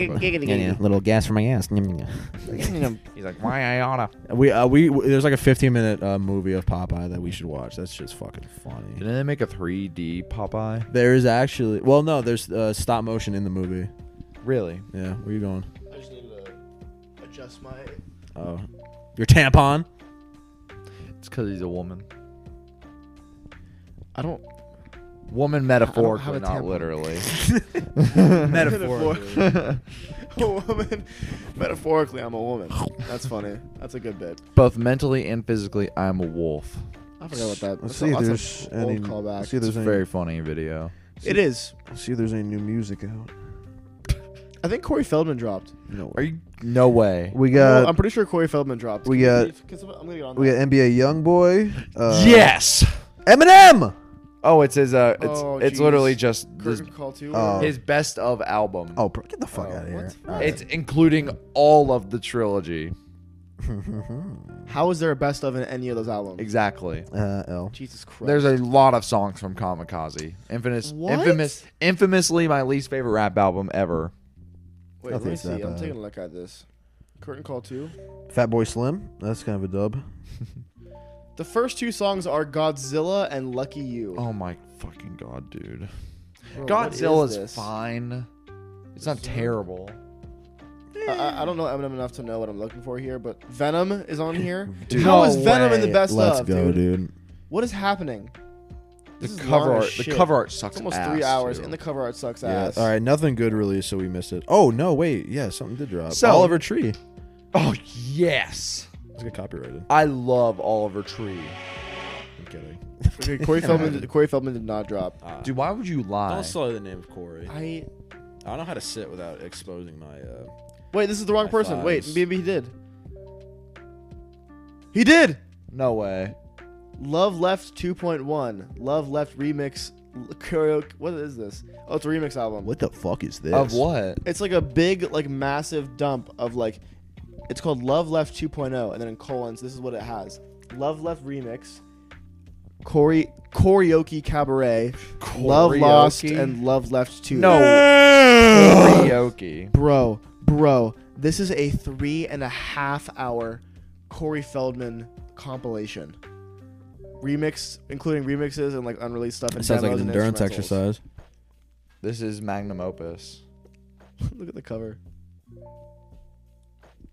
but-
Little gas for my ass.
He's like, why Iona?
we uh, we w- there's like a 15 minute uh, movie of Popeye that we should watch. That's just fucking funny.
Didn't they make a 3D Popeye?
There is actually well no there's uh, stop motion in the movie.
Really?
Yeah, where you going?
I just needed to adjust my.
Oh, your tampon.
It's because he's a woman.
I don't.
Woman
have
metaphorically,
a
not
tampon.
literally.
Metaphor.
a woman. Metaphorically, I'm a woman. That's funny. That's a good bit.
Both mentally and physically, I'm a wolf.
I forgot about
Let's
that. That's a-
see if
that's a
there's
old
any.
callback.
Let's see if
It's
there's
a
any.
very funny video.
It is.
let's see if there's any new music out.
I think Corey Feldman dropped.
No.
Are you? No way.
We
No, I'm
got
pretty sure Corey Feldman dropped.
we
Can
got-
you- can someone- I'm gonna get on
we
that.
got NBA YoungBoy. Uh,
yes.
Eminem.
Oh, it's his. Uh, it's
Oh,
it's
jeez.
literally just his,
Curtain call too.
Oh.
his best of album.
Oh, bro, get the fuck
Oh,
out of here.
what?
All right.
It's including all of the trilogy.
How is there a best of in any of those albums?
Exactly.
uh, L.
Jesus Christ.
There's a lot of songs from Kamikaze. Infamous,
What?
infamous, infamously my least favorite rap album ever.
Wait,
Nothing
let me
is
see.
that
I'm
bad.
taking a look at this. Curtain call two.
Fat Boy Slim. That's kind of a dub.
The first two songs are Godzilla and Lucky You.
Oh my fucking god, dude.
Bro, what
Godzilla is,
this?
fine. It's not terrible.
I- I, I don't know Eminem enough to know what I'm looking for here, but Venom is on here.
Dude.
How
No
is Venom in the
way.
best
Let's
of,
go,
dude?
dude.
What is happening?
The
This is
cover
long as
art, the
shit.
cover art sucks.
It's almost
ass,
three hours,
too.
and the cover art sucks
Yeah.
ass.
All right, nothing good released, so we missed it. Oh no, wait, yeah, something did drop.
So-
Oliver Tree.
oh yes,
Let's get copyrighted.
I love Oliver Tree.
I'm kidding.
Okay, Corey Feldman. Did, Corey Feldman did not drop.
Dude, why would you lie?
Don't slur the name of Corey. I
I
don't know how to sit without exposing my. Uh,
wait. This is the wrong
High
person. Wait,
fives.
maybe he did. He did.
No way.
Love Left 2.1. Love Left remix. l- Karaoke. What is this? Oh, it's a remix album.
what the fuck is this?
Of what?
It's like a big, like massive dump of like, it's called Love Left 2.0, and then in colons, this is what it has: Love Left remix, Corey karaoke cabaret, Love Lost,
Karaoke?
and Love Left 2.
No. Karaoke.
bro, bro, this is a three and a half hour Corey Feldman compilation, remix including remixes and like unreleased stuff. And
It sounds like
demos
an
and
endurance
instrumentals.
exercise.
This is magnum opus.
Look at the cover.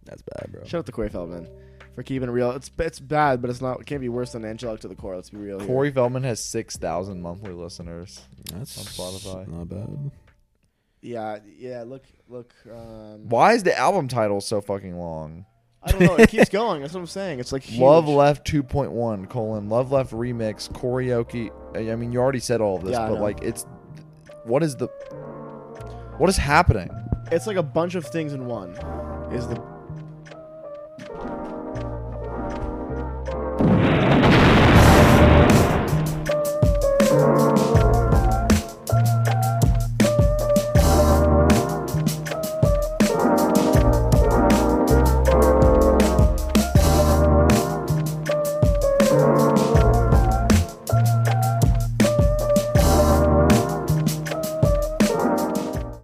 That's bad, bro.
Shout out to Corey Feldman for keeping it real. It's it's bad, but it's not. It can't be worse than Angelic to the core. Let's be real. here.
Corey Feldman has six thousand monthly listeners.
That's
On Spotify.
Not bad.
Yeah, yeah. Look, look. Um,
Why is the album title so fucking long?
I don't know. It keeps going. That's what I'm saying. It's like huge.
Love Left 2.1 colon Love Left remix karaoke. I I mean, you already said all of this,
Yeah, I
but
know.
like, it's what is the what is happening?
It's like a bunch of things in one. Is the